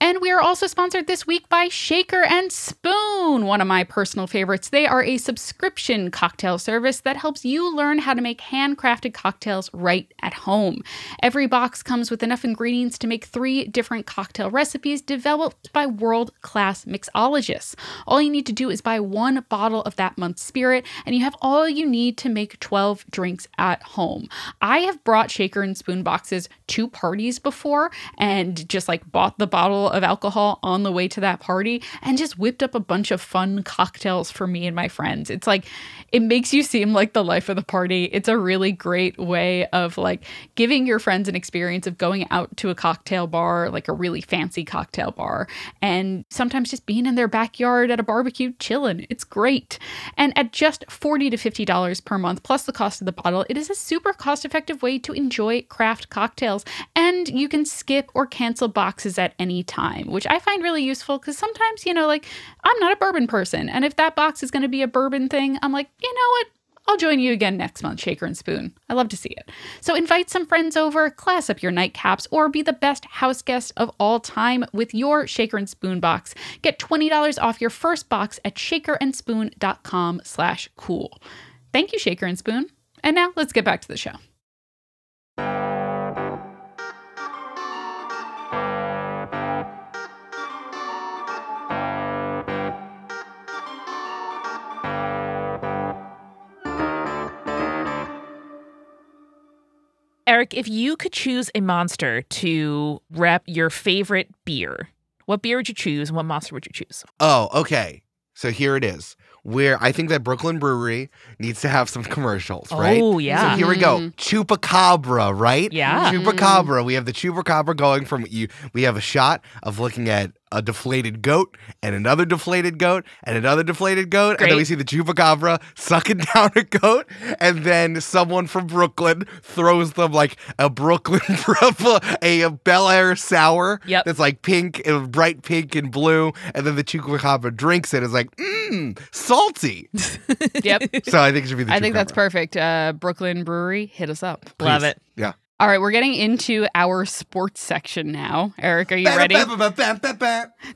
Speaker 2: And we are also sponsored this week by Shaker and Spoon, one of my personal favorites. They are a subscription cocktail service that helps you learn how to make handcrafted cocktails right at home. Every box comes with enough ingredients to make three different cocktail recipes developed by world class mixologists. All you need to do is buy one bottle of that month's spirit, and you have all you need to make 12 drinks at home. I have brought Shaker and Spoon boxes to parties before and just like bought the bottle
Speaker 4: of alcohol on the way to that party and just whipped up a bunch of fun cocktails for me and my friends. It's like, it makes you seem like the life of the party. It's a really great way of like giving your friends an experience of going out to a cocktail bar, like a really fancy cocktail bar, and sometimes just being in their backyard at a barbecue chilling. It's great. And at just 40 to $50 per month, plus the cost of the bottle, it is a super cost effective way to enjoy craft cocktails. And you can skip or cancel boxes at any time, which I find really useful because sometimes, you know, like I'm not a bourbon person. And if that box is going to be a bourbon thing, I'm like, you know what? I'll join you again next month, Shaker and Spoon. I love to see it. So invite some friends over, class up your nightcaps, or be the best house guest of all time with your Shaker and Spoon box. Get $20 off your first box at shakerandspoon.com slash cool. Thank you, Shaker and Spoon. And now let's get back to the show.
Speaker 1: Eric, if you could choose a monster to rep your favorite beer, what beer would you choose and what monster would you choose?
Speaker 3: Oh, okay. So here it is. Where I think that Brooklyn Brewery needs to have some commercials, right?
Speaker 1: Oh, yeah.
Speaker 3: So here we go.
Speaker 2: Mm.
Speaker 3: Chupacabra, right?
Speaker 1: Yeah.
Speaker 3: Chupacabra. We have the chupacabra going from you. We have a shot of looking at a deflated goat and another deflated goat and another deflated goat. And
Speaker 1: Great.
Speaker 3: then we see the chupacabra sucking down a goat. And then someone from Brooklyn throws them like a Brooklyn, a, a Bel Air sour
Speaker 1: Yep.
Speaker 3: that's like pink, uh, bright pink and blue. And then the chupacabra drinks it. It's like, mmm, salty.
Speaker 2: Yep.
Speaker 3: So I think it should be the
Speaker 2: I think that's
Speaker 3: chupacabra.
Speaker 2: perfect. Uh, Brooklyn Brewery, hit us up.
Speaker 1: Love
Speaker 3: Please.
Speaker 1: it.
Speaker 3: Yeah.
Speaker 2: All right, we're getting into our sports section now. Eric, are you ready?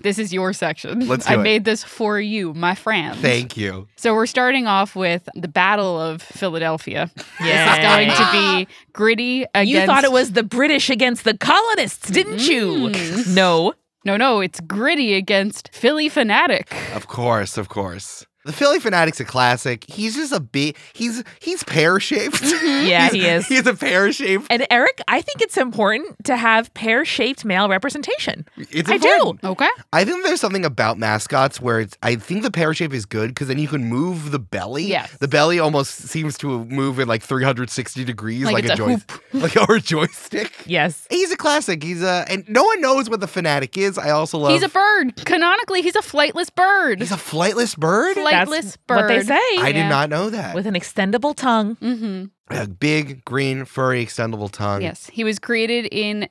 Speaker 2: This is your section.
Speaker 3: Let's
Speaker 2: I
Speaker 3: do it.
Speaker 2: made this for you, my friend.
Speaker 3: Thank you.
Speaker 2: So we're starting off with the Battle of Philadelphia.
Speaker 1: Yeah.
Speaker 2: It's going to be gritty against.
Speaker 1: You thought it was the British against the colonists, didn't
Speaker 2: Mm.
Speaker 1: you? No.
Speaker 2: No, no, it's gritty against Philly fanatic.
Speaker 3: Of course, of course. The Philly Fanatic's a classic. He's just a big. He's he's pear shaped.
Speaker 1: Mm-hmm. Yeah, he is.
Speaker 3: He's a pear shaped.
Speaker 1: And Eric, I think it's important to have pear shaped male representation.
Speaker 3: It's
Speaker 1: I
Speaker 3: important.
Speaker 2: Okay.
Speaker 3: I think there's something about mascots where it's. I think the pear shape is good because then you can move the belly.
Speaker 2: Yes.
Speaker 3: The belly almost seems to move in like 360 degrees,
Speaker 2: Like
Speaker 3: like,
Speaker 2: it's a
Speaker 3: joy-
Speaker 2: hoop.
Speaker 3: like our joystick.
Speaker 1: Yes.
Speaker 3: He's a classic. He's a and no one knows what the fanatic is. I also love.
Speaker 2: He's a bird. Canonically, he's a flightless bird.
Speaker 3: he's a flightless bird.
Speaker 2: Flight-
Speaker 1: That's
Speaker 2: Lightless
Speaker 1: What they
Speaker 2: bird.
Speaker 1: say.
Speaker 3: I
Speaker 2: yeah.
Speaker 3: did not know that.
Speaker 1: With an extendable tongue.
Speaker 2: mm-hmm.
Speaker 3: a big green furry extendable tongue.
Speaker 2: Yes, he was created in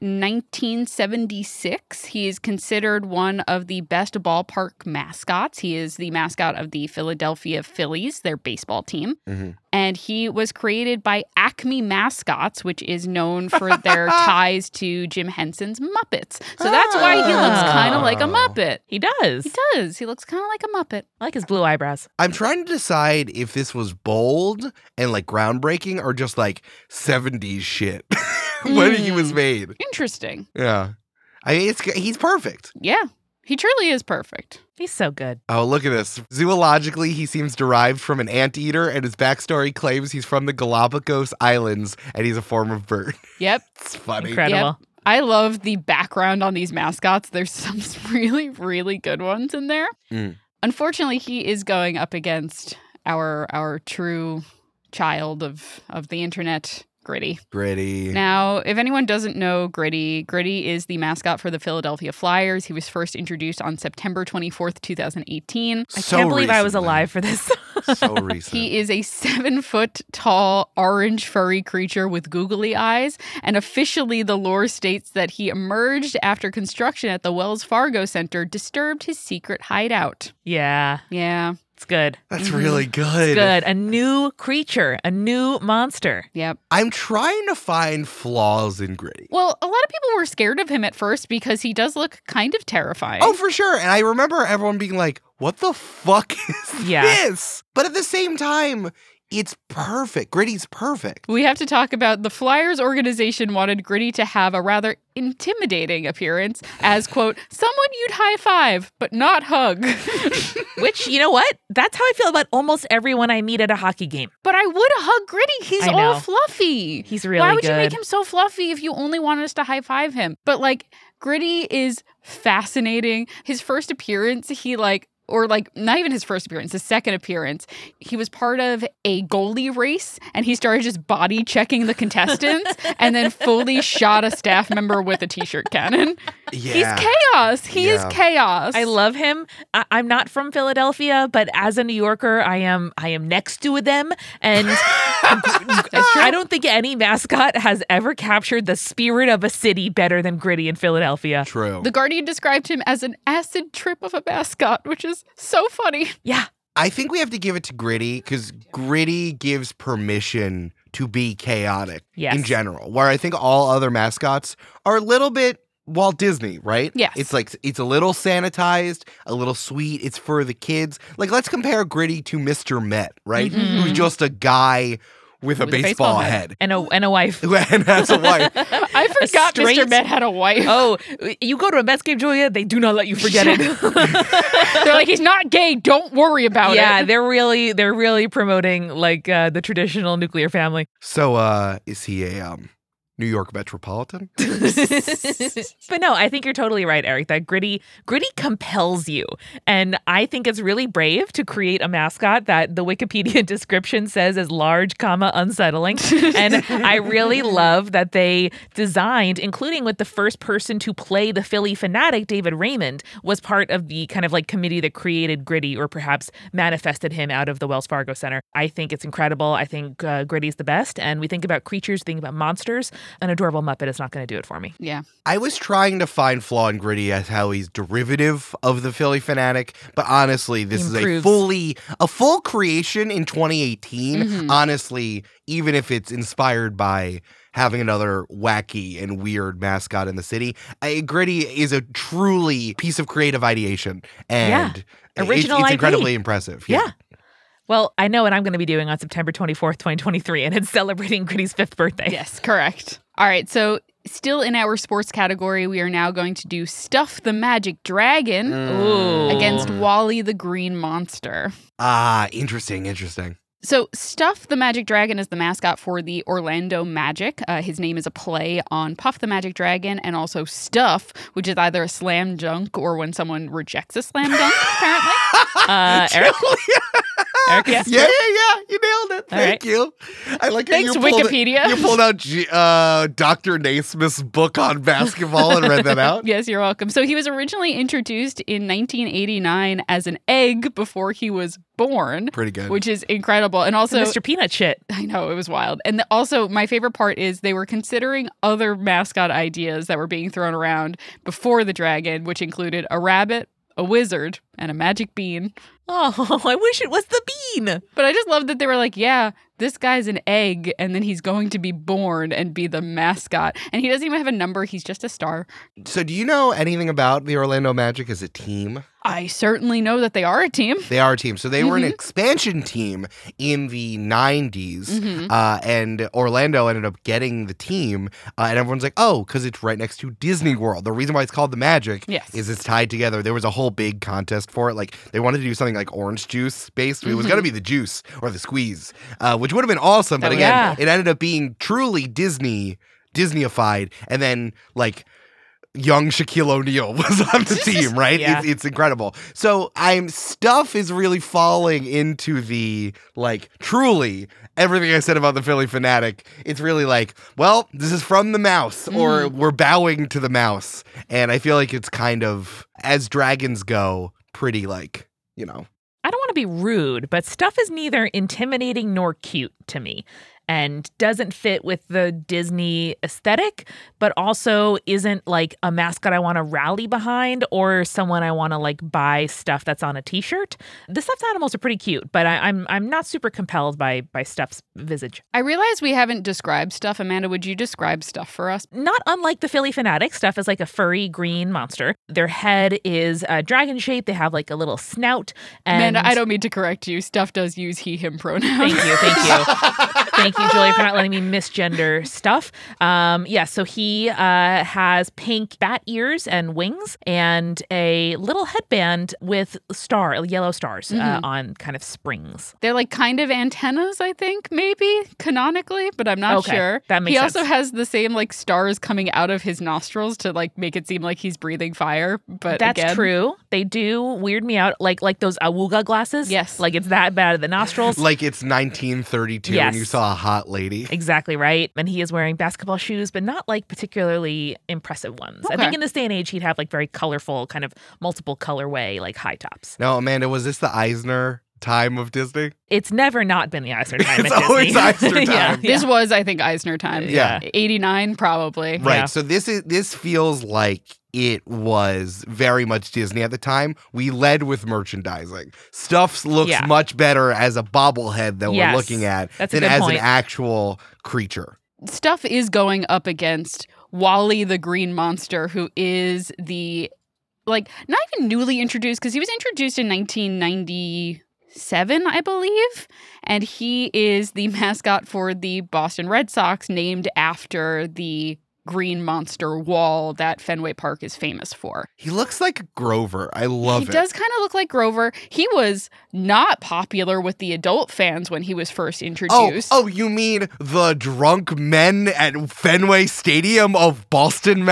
Speaker 2: 1976. He is considered one of the best ballpark mascots. He is the mascot of the Philadelphia Phillies, their baseball team.
Speaker 3: Mhm.
Speaker 2: And he was created by Acme Mascots, which is known for their ties to Jim Henson's Muppets. So that's why he looks kind of like a
Speaker 3: Oh.
Speaker 2: Muppet.
Speaker 1: He does.
Speaker 2: He does. He looks kind of like a Muppet.
Speaker 1: I like his blue eyebrows.
Speaker 3: I'm trying to decide if this was bold and like groundbreaking or just like 70s shit when he
Speaker 2: Mm.
Speaker 3: was made.
Speaker 2: Interesting.
Speaker 3: Yeah. I mean, it's he's perfect.
Speaker 2: Yeah, he truly is perfect.
Speaker 1: He's so good.
Speaker 3: Oh, look at this. Zoologically, he seems derived from an anteater, and his backstory claims he's from the Galapagos Islands and he's a form of bird.
Speaker 2: Yep.
Speaker 3: It's funny.
Speaker 1: Incredible.
Speaker 2: I love the background on these mascots. There's some really, really good ones in there.
Speaker 3: Mm.
Speaker 2: Unfortunately, he is going up against our our true child of of the internet, Gritty.
Speaker 3: Gritty.
Speaker 2: Now, if anyone doesn't know Gritty, Gritty is the mascot for the Philadelphia Flyers. He was first introduced on September 24th, 2018.
Speaker 1: I can't believe I was
Speaker 3: recently.
Speaker 1: alive Mm-hmm. for this.
Speaker 3: so recent.
Speaker 2: He is a seven foot tall orange furry creature with googly eyes, and officially the lore states that he emerged after construction at the Wells Fargo Center disturbed his secret hideout.
Speaker 1: yeah.
Speaker 2: Yeah,
Speaker 1: It's good.
Speaker 3: That's
Speaker 2: Mhm.
Speaker 3: really good.
Speaker 1: Good. A new creature, a new monster.
Speaker 2: yep.
Speaker 3: I'm trying to find flaws in Gritty.
Speaker 2: Well, a lot of people were scared of him at first because he does look kind of terrifying.
Speaker 3: Oh, for sure. And I remember everyone being like, what the fuck is
Speaker 1: Yeah.
Speaker 3: this? But at the same time, It's perfect. Gritty's perfect.
Speaker 2: We have to talk about the Flyers organization wanted Gritty to have a rather intimidating appearance as, quote, someone you'd high five, but not hug.
Speaker 1: Which, you know what? That's how I feel about almost everyone I meet at a hockey game.
Speaker 2: but I would hug Gritty. He's
Speaker 1: I
Speaker 2: all
Speaker 1: know.
Speaker 2: fluffy.
Speaker 1: He's really
Speaker 2: Why would
Speaker 1: good.
Speaker 2: you make him so fluffy if you only wanted us to high five him? But like Gritty is fascinating. His first appearance, he like or like not even his first appearance, his second appearance, he was part of a goalie race and he started just body checking the contestants and then fully shot a staff member with a t-shirt cannon.
Speaker 3: Yeah.
Speaker 2: He's chaos. He
Speaker 3: Yeah.
Speaker 2: is chaos.
Speaker 1: I love him. I- I'm not from Philadelphia, but as a New Yorker, I am. I am next to them, and Uh, I don't think any mascot has ever captured the spirit of a city better than Gritty in Philadelphia.
Speaker 3: True.
Speaker 2: The Guardian described him as an acid trip of a mascot, which is so funny.
Speaker 1: Yeah,
Speaker 3: I think we have to give it to Gritty because Gritty gives permission to be chaotic
Speaker 1: Yes.
Speaker 3: in general, where I think all other mascots are a little bit Walt Disney, right?
Speaker 2: Yes.
Speaker 3: It's like it's a little sanitized, a little sweet. It's for the kids. Like let's compare Gritty to Mr. Met, right?
Speaker 1: Mhm.
Speaker 3: Who's just a guy with, a,
Speaker 2: Mm-hmm. With a
Speaker 3: baseball
Speaker 2: baseball
Speaker 3: head.
Speaker 1: and a and a wife.
Speaker 3: and has a wife.
Speaker 2: I forgot
Speaker 1: straight-
Speaker 2: Mr. Met had a wife.
Speaker 1: Oh, you go to a Mets game, Julia. They do not let you forget it.
Speaker 2: They're like, he's not gay. Don't worry about
Speaker 1: yeah,
Speaker 2: it.
Speaker 1: they're really they're really promoting like uh, the traditional nuclear family.
Speaker 3: So uh is he a um New York metropolitan?
Speaker 1: but no, I think you're totally right, Eric. That gritty gritty compels you. And I think it's really brave to create a mascot that the Wikipedia description says is large, comma, unsettling. and I really love that they designed, including with the first person to play the Philly fanatic, David Raymond, was part of the kind of like committee that created Gritty or perhaps manifested him out of the Wells Fargo Center. I think it's incredible. I think uh, Gritty's the best. And we think about creatures, think about monsters. An adorable Muppet is not going to do it for me.
Speaker 2: Yeah.
Speaker 3: I was trying to find flaw in Gritty as how he's derivative of the Philly fanatic, but honestly, this is a
Speaker 1: Improves.
Speaker 3: fully a full creation in 2018.
Speaker 1: Mm-hmm.
Speaker 3: Honestly, even if it's inspired by having another wacky and weird mascot in the city, I, Gritty is a truly piece of creative ideation and it's-
Speaker 1: Original
Speaker 3: It's,
Speaker 1: IP.
Speaker 3: incredibly impressive.
Speaker 1: Yeah. Well, I know what I'm going to be doing on September 24th, 2023, and it's celebrating Gritty's fifth birthday.
Speaker 2: Yes, correct. All right. So, still in our sports category, we are now going to do Stuff the Magic Dragon
Speaker 3: Mm.
Speaker 1: Ooh.
Speaker 2: against Wally the Green Monster.
Speaker 3: Ah, interesting, interesting.
Speaker 2: So, Stuff the Magic Dragon is the mascot for the Orlando Magic. Uh, his name is a play on Puff the Magic Dragon and also Stuff, which is either a slam dunk or when someone rejects a slam dunk, apparently.
Speaker 1: Uh, Eric, Eric, yes.
Speaker 3: Yeah, yeah, yeah. You nailed it.
Speaker 1: All
Speaker 3: Thank you. I like how
Speaker 2: Thanks,
Speaker 3: you pulled it-
Speaker 2: Wikipedia.
Speaker 3: you pulled out G- uh, Dr. Naismith's book on basketball and read that out.
Speaker 2: Yes, you're welcome. So he was originally introduced in 1989 as an egg before he was born,
Speaker 3: Pretty good.
Speaker 2: which is incredible. And also,
Speaker 1: Mr. Peanut shit.
Speaker 2: I know it was wild. And the- also, my favorite part is they were considering other mascot ideas that were being thrown around before the dragon, which included a rabbit, a wizard, and a magic bean.
Speaker 1: Oh, I wish it was the bean.
Speaker 2: But I just love that they were like, yeah, this guy's an egg, and then he's going to be born and be the mascot. And he doesn't even have a number, he's just a star.
Speaker 3: so, do you know anything about the Orlando Magic as a team?
Speaker 2: I certainly know that they are a team.
Speaker 3: They are a team. So, they were an expansion team in the 90s,
Speaker 2: Mm-hmm.
Speaker 3: uh, and Orlando ended up getting the team. Uh, and everyone's like, oh, because it's right next to Disney World. The reason why it's called the Magic
Speaker 2: Yes.
Speaker 3: is it's tied together. There was a whole big contest for it. Like they wanted to do something like orange juice based. It was going to be the juice or the squeeze, uh, which would have been awesome. But
Speaker 1: That
Speaker 3: again,
Speaker 1: would've
Speaker 3: it ended up being truly Disney, Disneyified, and then like. Young Shaquille O'Neal was on the team, right?
Speaker 1: Yeah.
Speaker 3: It's, it's incredible. So I'm stuff is really falling into the like truly everything I said about the Philly fanatic. It's really like, well, this is from the mouse, or we're bowing to the mouse, and I feel like it's kind of as dragons go, pretty like you know.
Speaker 1: I don't want to be rude, but stuff is neither intimidating nor cute to me. and doesn't fit with the Disney aesthetic, but also isn't like a mascot I want to rally behind or someone I want to like buy stuff that's on a T-shirt. The stuffed animals are pretty cute, but I, I'm I'm not super compelled by by stuff's visage.
Speaker 2: I realize we haven't described stuff. Amanda, would you describe stuff for us?
Speaker 1: Not unlike the Philly Fanatic, stuff is like a furry green monster. Their head is uh, dragon shaped. They have like a little snout. And
Speaker 2: Amanda, I don't mean to correct you. Stuff does use he, him pronouns.
Speaker 1: Thank you, thank you. Thank you, Julie, for not letting me misgender stuff. Um, yeah, so he uh, has pink bat ears and wings and a little headband with star, yellow stars
Speaker 2: Mm-hmm.
Speaker 1: uh, on kind of springs.
Speaker 2: They're like kind of antennas, I think, maybe canonically, but I'm not
Speaker 1: Okay,
Speaker 2: sure.
Speaker 1: that makes
Speaker 2: He
Speaker 1: sense.
Speaker 2: also has the same like stars coming out of his nostrils to like make it seem like he's breathing fire. But
Speaker 1: That's
Speaker 2: again,
Speaker 1: true. They do weird me out, like like those awuga glasses.
Speaker 2: Yes.
Speaker 1: like it's that bad at the nostrils.
Speaker 3: Like it's 1932
Speaker 1: Yes.
Speaker 3: and you saw a hot lady.
Speaker 1: Exactly right. And he is wearing basketball shoes, but not like particularly impressive ones. I
Speaker 2: Okay.
Speaker 1: think in this day and age, he'd have like very colorful, kind of multiple colorway, like high tops.
Speaker 3: Now, Amanda, was this the Eisner time of Disney?
Speaker 1: It's never not been the Eisner time.
Speaker 3: It's
Speaker 1: at Disney.
Speaker 3: always Eisner
Speaker 1: yeah,
Speaker 3: time.
Speaker 1: yeah.
Speaker 2: This was, I think, Eisner time.
Speaker 3: Yeah.
Speaker 2: 89, probably.
Speaker 3: Right.
Speaker 1: Yeah.
Speaker 3: So this is this feels like it was very much Disney at the time. We led with merchandising. Stuff looks
Speaker 1: Yeah.
Speaker 3: much better as a bobblehead that
Speaker 1: Yes.
Speaker 3: we're looking at
Speaker 1: That's a
Speaker 3: than
Speaker 1: good
Speaker 3: as
Speaker 1: point.
Speaker 3: an actual creature.
Speaker 2: stuff is going up against Wally the Green Monster, who is the like not even newly introduced because he was introduced in 1997, I believe, and he is the mascot for the Boston Red Sox, named after the green monster wall that Fenway Park is famous for
Speaker 3: He looks like Grover. I love
Speaker 2: he
Speaker 3: it.
Speaker 2: does kind of look like Grover. He was not popular with the adult fans when he was first
Speaker 3: Oh,
Speaker 2: introduced.
Speaker 3: oh, you mean the drunk men at Fenway Stadium of Boston,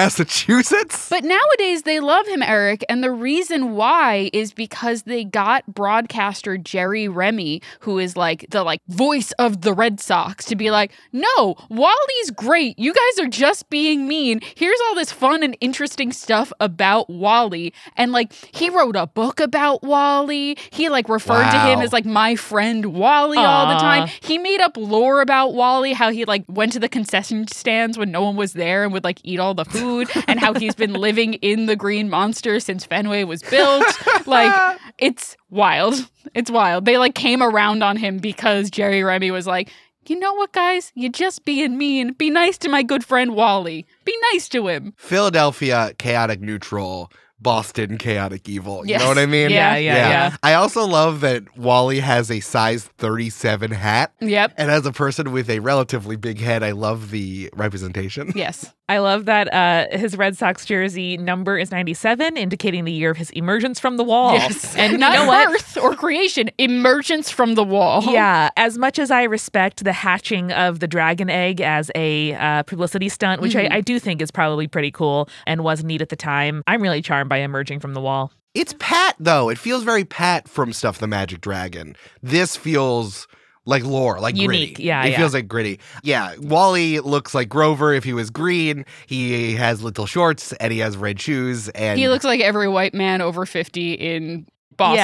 Speaker 3: Massachusetts?
Speaker 2: But nowadays they love him, Eric, and the reason why is because they got broadcaster Jerry Remy, who is like the like voice of the Red Sox, to be like, "No, Wally's great. You guys are just being mean. Here's all this fun and interesting stuff about Wally." And like he wrote a book about Wally. He like referred to him
Speaker 3: Wow.
Speaker 2: as like my friend Wally all the
Speaker 1: Aw.
Speaker 2: time. He made up lore about Wally, how he like went to the concession stands when no one was there and would like eat all the food, and how he's been living in the Green Monster since Fenway was built. like it's wild. It's wild. They like came around on him because Jerry Remy was like, you know what, guys? You're just being mean. Be nice to my good friend Wally. Be nice to him.
Speaker 3: Philadelphia, chaotic neutral. Boston, chaotic evil. You
Speaker 2: Yes.
Speaker 3: know what I mean?
Speaker 1: Yeah, yeah,
Speaker 2: yeah.
Speaker 3: I also love that Wally has a size 37 hat.
Speaker 2: Yep.
Speaker 3: And as a person with a relatively big head, I love the representation.
Speaker 2: Yes.
Speaker 1: I love that uh, his Red Sox jersey number is 97, indicating the year of his emergence from the wall.
Speaker 2: Yes.
Speaker 1: And you
Speaker 2: not
Speaker 1: know what?
Speaker 2: birth or creation, emergence from the wall.
Speaker 3: Uh-huh.
Speaker 1: Yeah, as much as I respect the hatching of the dragon egg as a uh, publicity stunt, which
Speaker 3: Mm-hmm.
Speaker 1: I, I do think is probably pretty cool and was neat at the time, I'm really charmed by emerging from the wall.
Speaker 3: It's Pat, though. It feels very Pat from Stuff the Magic Dragon. This feels like lore, like
Speaker 1: Unique,
Speaker 3: gritty.
Speaker 1: yeah,
Speaker 3: It
Speaker 1: yeah.
Speaker 3: feels like gritty. Yeah. Wally looks like Grover if he was green. He has little shorts and he has red shoes. And
Speaker 2: He looks like every white man over 50 in Boston.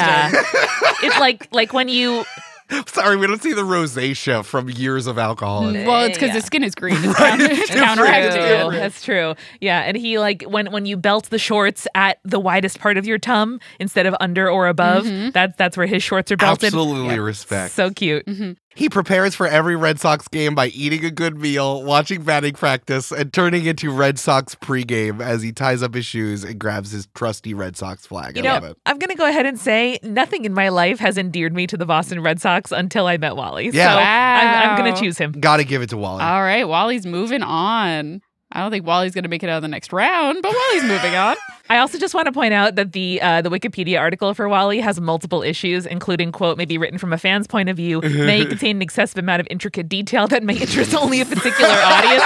Speaker 1: Yeah. it's like like when you
Speaker 3: sorry, we don't see the rosacea from years of alcohol.
Speaker 2: Well, it's because
Speaker 1: Yeah.
Speaker 2: his skin is green. It's
Speaker 3: Right,
Speaker 2: counter-
Speaker 3: it's different,
Speaker 1: That's
Speaker 3: it's
Speaker 2: counteracting.
Speaker 1: true.
Speaker 3: different.
Speaker 1: That's true. Yeah, and he like when when you belt the shorts at the widest part of your tum instead of under or above.
Speaker 3: Mm-hmm.
Speaker 1: That's that's where his shorts are belted.
Speaker 3: Absolutely respect.
Speaker 1: So cute.
Speaker 3: He prepares for every Red Sox game by eating a good meal, watching batting practice, and turning into Red Sox pregame as he ties up his shoes and grabs his trusty Red Sox flag.
Speaker 1: You
Speaker 3: I
Speaker 1: know,
Speaker 3: love it.
Speaker 1: I'm going to go ahead and say nothing in my life has endeared me to the Boston Red Sox until I met Wally.
Speaker 3: Yeah.
Speaker 1: So I'm, I'm
Speaker 2: Wow.
Speaker 1: going to choose him.
Speaker 3: Gotta give it to Wally.
Speaker 2: All right, Wally's moving on. I don't think Wally's going to make it out of the next round, but Wally's moving on.
Speaker 1: I also just want to point out that the uh, the Wikipedia article for Wally has multiple issues, including quote maybe written from a fan's point of view, may contain an excessive amount of intricate detail that may interest only a particular audience.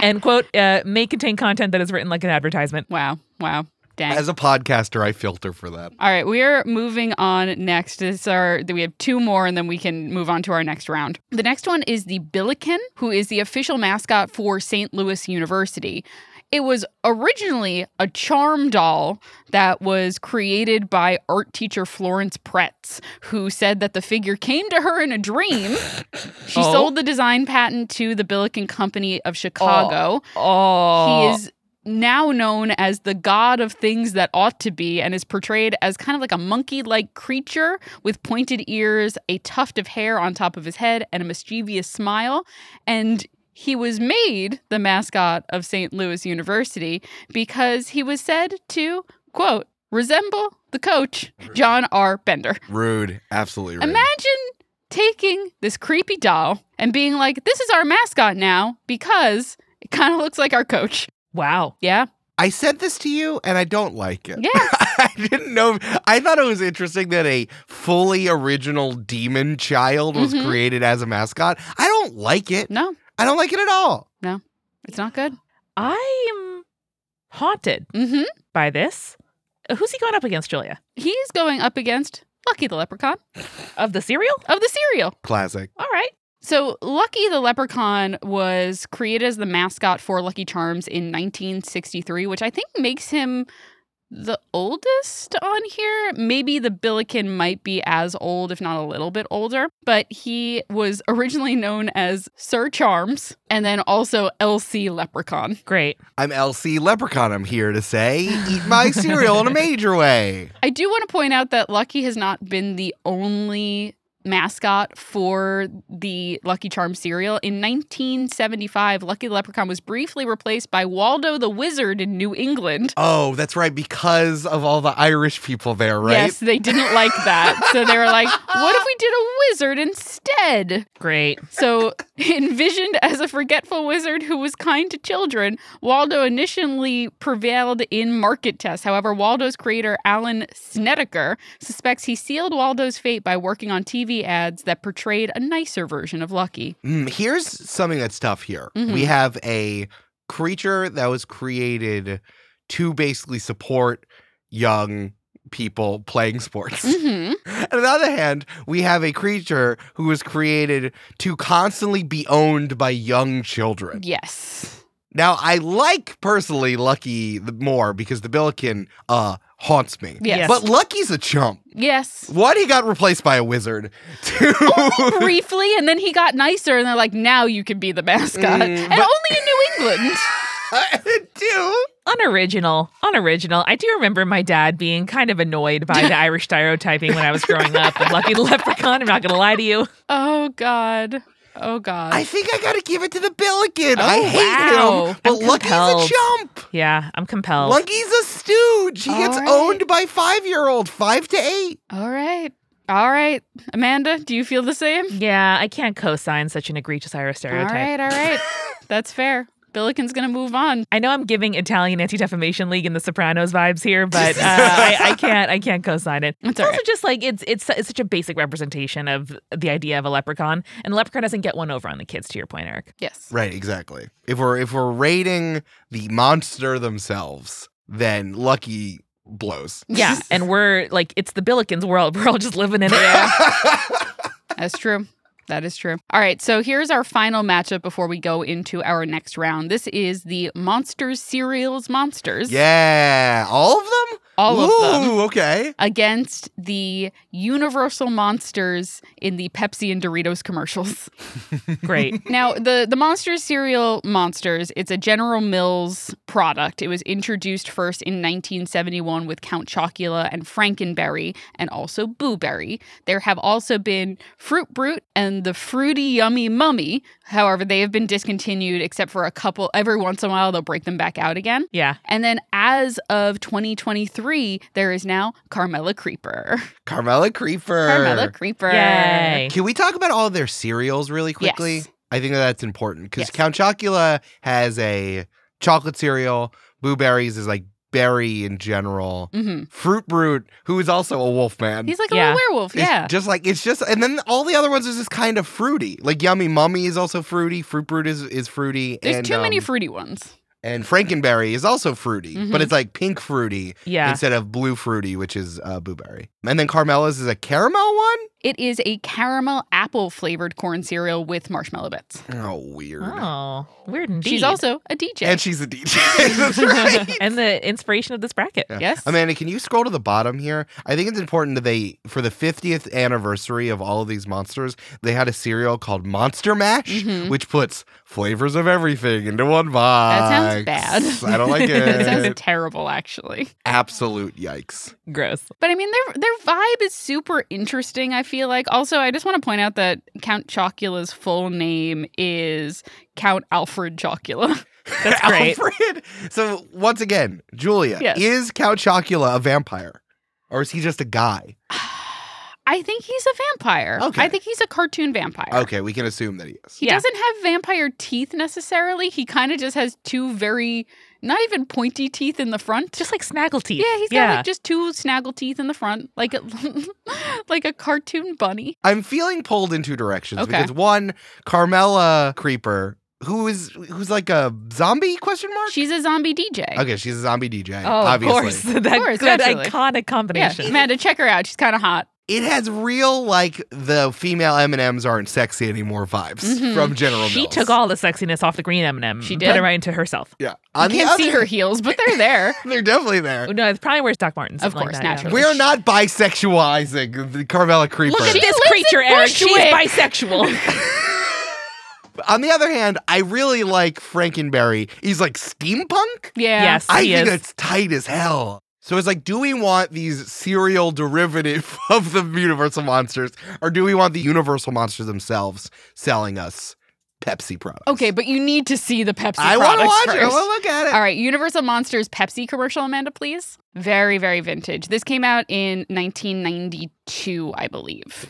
Speaker 1: And quote uh, may contain content that is written like an advertisement.
Speaker 2: Wow, wow, dang.
Speaker 3: As a podcaster, I filter for that.
Speaker 2: All right, we're moving on next. This are we have two more, and then we can move on to our next round. The next one is the Billiken, who is the official mascot for St. Louis University. It was originally a charm doll that was created by art teacher Florence Pretz, who said that the figure came to her in a dream. She
Speaker 1: Oh.
Speaker 2: sold the design patent to the Billiken Company of Chicago.
Speaker 1: Oh,
Speaker 2: He is now known as the god of things that ought to be and is portrayed as kind of like a monkey like creature with pointed ears, a tuft of hair on top of his head, and a mischievous smile. And he was made the mascot of St. Louis University because he was said to, quote, resemble the coach, John R. Bender.
Speaker 3: Rude. Absolutely rude.
Speaker 2: Imagine taking this creepy doll and being like, this is our mascot now because it kind of looks like our coach.
Speaker 1: wow.
Speaker 2: Yeah.
Speaker 3: I said this to you and I don't like it.
Speaker 2: Yeah.
Speaker 3: I didn't know. I thought it was interesting that a fully original demon child was
Speaker 2: Mhm.
Speaker 3: created as a mascot. I don't like it.
Speaker 2: No,
Speaker 3: I don't like it at all.
Speaker 2: it's not good.
Speaker 1: I'm haunted
Speaker 2: Mm-hmm.
Speaker 1: by this. Who's he going up against, Julia?
Speaker 2: He's going up against Lucky the Leprechaun
Speaker 1: Of the cereal?
Speaker 2: of the cereal.
Speaker 3: Classic.
Speaker 1: All right.
Speaker 2: So, Lucky the Leprechaun was created as the mascot for Lucky Charms in 1963, which I think makes him the oldest on here. Maybe the Billiken might be as old, if not a little bit older. But he was originally known as Sir Charms and then also LC Leprechaun.
Speaker 1: Great.
Speaker 3: I'm LC Leprechaun. I'm here to say, eat my cereal in a major way.
Speaker 2: I do want to point out that Lucky has not been the only mascot for the Lucky Charm cereal. In 1975, Lucky the Leprechaun was briefly replaced by Waldo the Wizard in New England.
Speaker 3: Oh, that's right. Because of all the Irish people there, right?
Speaker 2: Yes, they didn't like that. so they were like, what if we did a wizard instead?
Speaker 1: Great.
Speaker 2: So, envisioned as a forgetful wizard who was kind to children, Waldo initially prevailed in market tests. However, Waldo's creator, Alan Snedeker, suspects he sealed Waldo's fate by working on TV ads that portrayed a nicer version of Lucky.
Speaker 3: Mm, here's something that's tough here.
Speaker 2: Mhm.
Speaker 3: We have a creature that was created to basically support young people playing sports.
Speaker 2: Mm-hmm.
Speaker 3: And on the other hand, we have a creature who was created to constantly be owned by young children.
Speaker 2: Yes.
Speaker 3: Now, I like personally Lucky the more because the Billiken uh, haunts me.
Speaker 2: Yes.
Speaker 3: But Lucky's a chump.
Speaker 2: Yes.
Speaker 3: What he got replaced by a wizard? To
Speaker 2: Briefly, and then he got nicer, and they're like, now you can be the mascot.
Speaker 3: Mm,
Speaker 2: and
Speaker 3: but-
Speaker 2: only in New England.
Speaker 3: to
Speaker 1: Unoriginal. Unoriginal. I do remember my dad being kind of annoyed by the Irish stereotyping when I was growing up of Lucky the Leprechaun. I'm not going to lie to you.
Speaker 2: Oh, God. Oh, God.
Speaker 3: I think I gotta give it to the Billiken. I
Speaker 2: Oh,
Speaker 3: hate
Speaker 2: wow.
Speaker 3: him, but
Speaker 1: I'm
Speaker 3: Lucky's a
Speaker 1: compelled.
Speaker 3: chump.
Speaker 1: Yeah, I'm compelled.
Speaker 3: Lucky's a stooge. He gets
Speaker 2: All right.
Speaker 3: owned by five year old, five to eight.
Speaker 2: All right. All right. Amanda, do you feel the same?
Speaker 1: Yeah, I can't co sign such an egregious Irish stereotype.
Speaker 2: All right, all right. That's fair. Billiken's going to move on.
Speaker 1: I know I'm giving Italian Anti Defamation League and The Sopranos vibes here, but uh, I, I can't. I can't co-sign it.
Speaker 2: That's
Speaker 1: It's
Speaker 2: all
Speaker 1: also
Speaker 2: right.
Speaker 1: just like it's, it's it's such a basic representation of the idea of a leprechaun, and leprechaun doesn't get one over on the kids. To your point, Eric.
Speaker 2: Yes.
Speaker 3: Right, exactly. If we're if we're rating the monster themselves, then Lucky blows.
Speaker 1: Yeah, and we're like it's the Billikens world. We're all just living in it.
Speaker 2: That's true. That is true. All right. So here's our final matchup before we go into our next round. This is the Monsters Cereals Monsters.
Speaker 3: yeah, all of them.
Speaker 2: All of them.
Speaker 3: Ooh, Okay.
Speaker 2: Against the Universal Monsters in the Pepsi and Doritos commercials.
Speaker 1: Great.
Speaker 2: Now, the the Monsters cereal Monsters, it's a General Mills product. It was introduced first in 1971 with Count Chocula and Frankenberry and also Boo Berry. There have also been Fruit Brute and the Fruity Yummy Mummy. However, they have been discontinued except for a couple every once in a while they'll break them back out again.
Speaker 1: Yeah,
Speaker 2: And then as of 2023, there is now Carmela Creeper.
Speaker 3: Carmela Creeper.
Speaker 2: Carmela Creeper.
Speaker 1: yay.
Speaker 3: Can we talk about all their cereals really quickly?
Speaker 2: Yes.
Speaker 3: I think that that's important because
Speaker 2: Yes.
Speaker 3: Count Chocula has a chocolate cereal. Blueberries is like berry in general.
Speaker 2: Mhm.
Speaker 3: Fruit Brute, who is also a wolf man.
Speaker 2: He's like a
Speaker 1: Yeah.
Speaker 2: little werewolf.
Speaker 3: It's
Speaker 2: Yeah.
Speaker 3: just like it's just, and then all the other ones is just kind of fruity. Like Yummy Mummy is also fruity. Fruit Brute is is fruity.
Speaker 2: There's
Speaker 3: and,
Speaker 2: too many
Speaker 3: um,
Speaker 2: fruity ones.
Speaker 3: and Frankenberry is also fruity,
Speaker 2: Mhm.
Speaker 3: but it's like pink fruity
Speaker 1: Yeah,
Speaker 3: instead of blue fruity, which is uh, blueberry. And then Carmela's is a caramel one.
Speaker 2: It is a caramel apple flavored corn cereal with marshmallow bits.
Speaker 3: Oh, weird.
Speaker 1: Oh, weird indeed.
Speaker 2: She's also a DJ.
Speaker 3: And she's a DJ. That's right.
Speaker 1: and the inspiration of this bracket.
Speaker 3: Yeah.
Speaker 2: Yes.
Speaker 3: Amanda, can you scroll to the bottom here? I think it's important that they, for the 50th anniversary of all of these monsters, they had a cereal called Monster Mash,
Speaker 2: Mm-hmm.
Speaker 3: which puts flavors of everything into one box.
Speaker 2: sounds bad.
Speaker 3: I don't like it.
Speaker 2: that sounds terrible, actually.
Speaker 3: Absolute yikes.
Speaker 1: Gross.
Speaker 2: But I mean, their their vibe is super interesting. I feel like. Also, I just want to point out that Count Chocula's full name is Count Alfred Chocula.
Speaker 1: That's great.
Speaker 3: Alfred. So, once again, Julia,
Speaker 2: Yes.
Speaker 3: is Count Chocula a vampire? Or is he just a guy?
Speaker 2: I think he's a vampire.
Speaker 3: Okay.
Speaker 2: I think he's a cartoon vampire.
Speaker 3: Okay, we can assume that he is.
Speaker 2: He
Speaker 1: Yeah.
Speaker 2: doesn't have vampire teeth necessarily. He kind of just has two very, not even pointy teeth in the front.
Speaker 1: Just like snaggle teeth.
Speaker 2: yeah, he's got like just two snaggle teeth in the front, like a, like a cartoon bunny.
Speaker 3: I'm feeling pulled in two directions
Speaker 2: Okay.
Speaker 3: because one, Carmela Creeper, who is who's like a zombie question mark?
Speaker 2: She's a zombie DJ.
Speaker 3: Okay, she's a zombie DJ.
Speaker 1: Oh,
Speaker 3: obviously.
Speaker 1: of course. That
Speaker 2: course,
Speaker 1: good
Speaker 2: naturally.
Speaker 1: iconic
Speaker 2: Yeah,
Speaker 1: combination.
Speaker 2: Amanda, check her out. She's kind of hot.
Speaker 3: It has real like the female M and M's aren't sexy anymore vibes
Speaker 2: Mhm.
Speaker 3: from General
Speaker 1: Mm-hmm. She
Speaker 3: Mills.
Speaker 1: took all the sexiness off the green M&M.
Speaker 2: She
Speaker 1: Put
Speaker 2: did.
Speaker 1: it right into herself.
Speaker 3: Yeah,
Speaker 2: You
Speaker 3: on the
Speaker 2: can't see
Speaker 3: other-
Speaker 2: her heels, but they're there.
Speaker 3: They're definitely there.
Speaker 1: Oh, No, it's probably where's Doc Martens.
Speaker 2: Of
Speaker 1: something
Speaker 2: course,
Speaker 1: like that, yeah.
Speaker 2: naturally.
Speaker 3: We're not bisexualizing the Carmela Creeper.
Speaker 1: Look at
Speaker 2: She
Speaker 1: this
Speaker 2: lives in
Speaker 1: creature, Eric. She's
Speaker 2: Bushwick.
Speaker 1: bisexual.
Speaker 3: on the other hand, I really like Frankenberry. He's like steampunk.
Speaker 2: Yeah.
Speaker 1: Yes.
Speaker 3: I
Speaker 1: He
Speaker 3: think
Speaker 1: is.
Speaker 3: that's tight as hell. So it's like, do we want these serial derivative of the Universal monsters, or do we want the Universal monsters themselves selling us Pepsi products?
Speaker 2: Okay, but you need to see the Pepsi
Speaker 3: I want to
Speaker 2: products
Speaker 3: watch it. I
Speaker 2: first.
Speaker 3: want to look at it.
Speaker 2: All right, Universal Monsters Pepsi commercial, Amanda, please. Very, very vintage. This came out in 1992, I believe.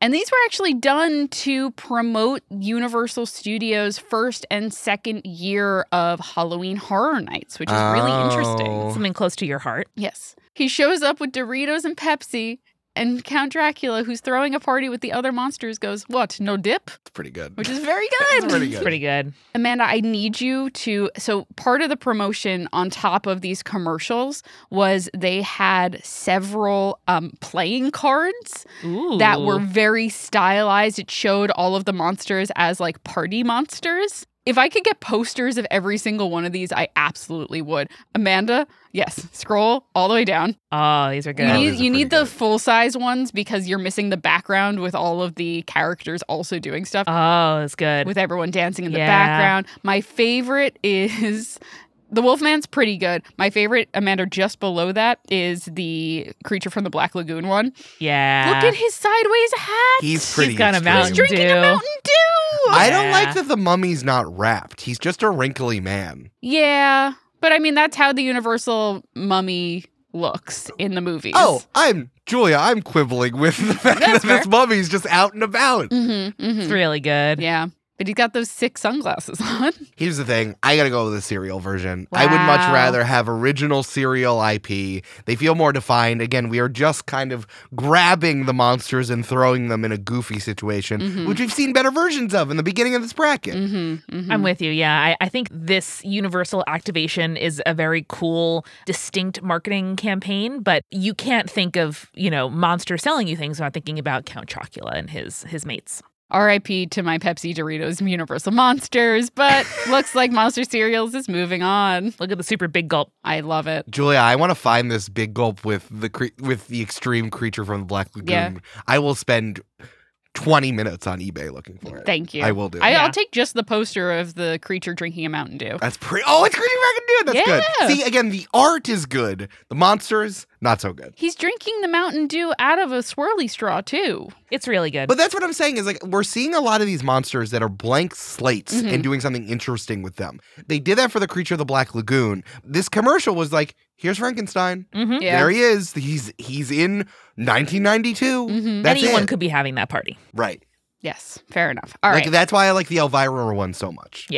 Speaker 2: And these were actually done to promote Universal Studios' first and second year of Halloween Horror Nights, which is really
Speaker 1: Ah.
Speaker 3: Oh.
Speaker 2: interesting.
Speaker 1: Something close to your heart.
Speaker 2: Yes. He shows up with Doritos and Pepsi, and Count Dracula, who's throwing a party with the other monsters, goes, What, no dip?
Speaker 3: It's pretty good.
Speaker 2: Which is very good.
Speaker 3: It's pretty
Speaker 1: It's
Speaker 3: good.
Speaker 1: pretty good.
Speaker 2: Amanda, I need you to. So, part of the promotion on top of these commercials was they had several um, playing cards
Speaker 1: Ooh.
Speaker 2: that were very stylized. It showed all of the monsters as like party monsters. If I could get posters of every single one of these, I absolutely would. Amanda, yes, scroll all the way down.
Speaker 1: Oh, these are good.
Speaker 2: You need,
Speaker 3: Yeah, these are
Speaker 2: you need the
Speaker 3: pretty good.
Speaker 2: full size ones because you're missing the background with all of the characters also doing stuff
Speaker 1: oh, it's good.
Speaker 2: with everyone dancing in the
Speaker 1: Yeah.
Speaker 2: background. My favorite is the Wolfman's pretty good. My favorite, Amanda, just below that is the creature from the Black Lagoon one.
Speaker 1: yeah.
Speaker 2: Look at his sideways hat.
Speaker 3: He's pretty.
Speaker 1: He's got a
Speaker 3: extreme.
Speaker 1: Mountain
Speaker 2: He's drinking
Speaker 1: Dew.
Speaker 2: a Mountain Dew.
Speaker 3: I don't like
Speaker 1: Yeah.
Speaker 3: that the mummy's not wrapped. He's just a wrinkly man.
Speaker 2: yeah, but I mean that's how the Universal mummy looks in the movies.
Speaker 3: Oh, I'm Julia. I'm quibbling with the fact
Speaker 2: That's
Speaker 3: that this mummy's just out and about.
Speaker 2: hmm
Speaker 1: It's
Speaker 2: hmm
Speaker 1: really good.
Speaker 2: yeah. But he's got those sick sunglasses on.
Speaker 3: Here's the thing. I gotta go with the serial version. I would much
Speaker 2: Wow.
Speaker 3: rather have original serial IP. They feel more defined. Again, we are just kind of grabbing the monsters and throwing them in a goofy situation,
Speaker 2: Mhm.
Speaker 3: which we've seen better versions of in the beginning of this bracket.
Speaker 2: hmm
Speaker 1: I'm with you. Yeah. I, I think this universal activation is a very cool, distinct marketing campaign, but you can't think of, you know, monster selling you things without thinking about Count Chocula and his his mates.
Speaker 2: RIP to my Pepsi Doritos Universal Monsters, but looks like Monster Cereals is moving on.
Speaker 1: Look at the super big gulp.
Speaker 2: I love it.
Speaker 3: Julia, I want to find this big gulp with the cre- with the extreme creature from the Black Lagoon.
Speaker 2: Yeah.
Speaker 3: I will spend 20 minutes on eBay looking for it.
Speaker 2: Thank you.
Speaker 3: I will do.
Speaker 2: I,
Speaker 1: Yeah.
Speaker 2: I'll take just the poster of the creature drinking a Mountain Dew.
Speaker 3: That's pretty. Oh, it's Creature Back and Dude. That's
Speaker 2: Yeah.
Speaker 3: good. See, again, the art is good. The monsters, not so good.
Speaker 2: He's drinking the Mountain Dew out of a swirly straw, too.
Speaker 1: It's really good.
Speaker 3: But that's what I'm saying is like we're seeing a lot of these monsters that are blank slates
Speaker 2: Mhm.
Speaker 3: and doing something interesting with them. They did that for the creature of the Black Lagoon. This commercial was like, here's Frankenstein.
Speaker 1: Mhm.
Speaker 2: Yeah.
Speaker 3: There he is. He's he's in 1992.
Speaker 2: Mhm.
Speaker 3: That's
Speaker 1: Anyone
Speaker 3: it.
Speaker 1: could be having that party.
Speaker 3: right.
Speaker 2: Yes, fair enough. Mm-hmm. All
Speaker 3: like
Speaker 2: right.
Speaker 3: that's why I like the Elvira one so much.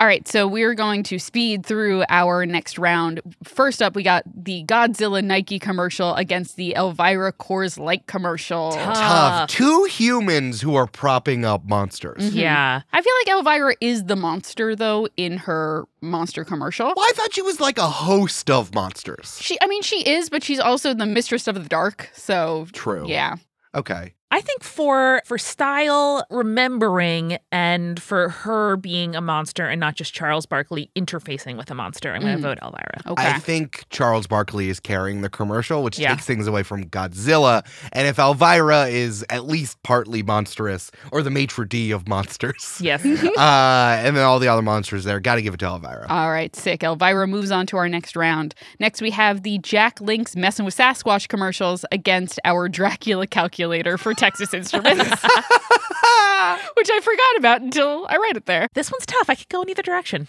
Speaker 2: All right. So we're going to speed through our next round. First up, we got the Godzilla Nike commercial against the Elvira Coors Light commercial.
Speaker 1: Tough.
Speaker 2: Uh.
Speaker 3: Tough. Two humans who are propping up monsters.
Speaker 2: Mhm.
Speaker 1: Yeah.
Speaker 2: I feel like Elvira is the monster, though, in her monster commercial.
Speaker 3: Well, I thought she was like a host of monsters.
Speaker 2: She, I mean, she is, but she's also the mistress of the dark. So,
Speaker 3: True.
Speaker 2: yeah.
Speaker 3: Okay.
Speaker 1: I think for for style remembering and for her being a monster and not just Charles Barkley interfacing with a monster, I'm going to
Speaker 2: Mm.
Speaker 1: vote Elvira.
Speaker 2: Okay.
Speaker 3: I think Charles Barkley is carrying the commercial, which
Speaker 1: Yeah.
Speaker 3: takes things away from Godzilla. And if Elvira is at least partly monstrous, or the maitre d' of monsters,
Speaker 1: Yes.
Speaker 3: uh, and then all the other monsters there, got to give it to Elvira.
Speaker 2: All right, sick. Elvira moves on to our next round. Next, we have the Jack Links messing with Sasquatch commercials against our Dracula calculator for Texas Instruments, which I forgot about until I read it there.
Speaker 1: this one's tough. I could go in either direction.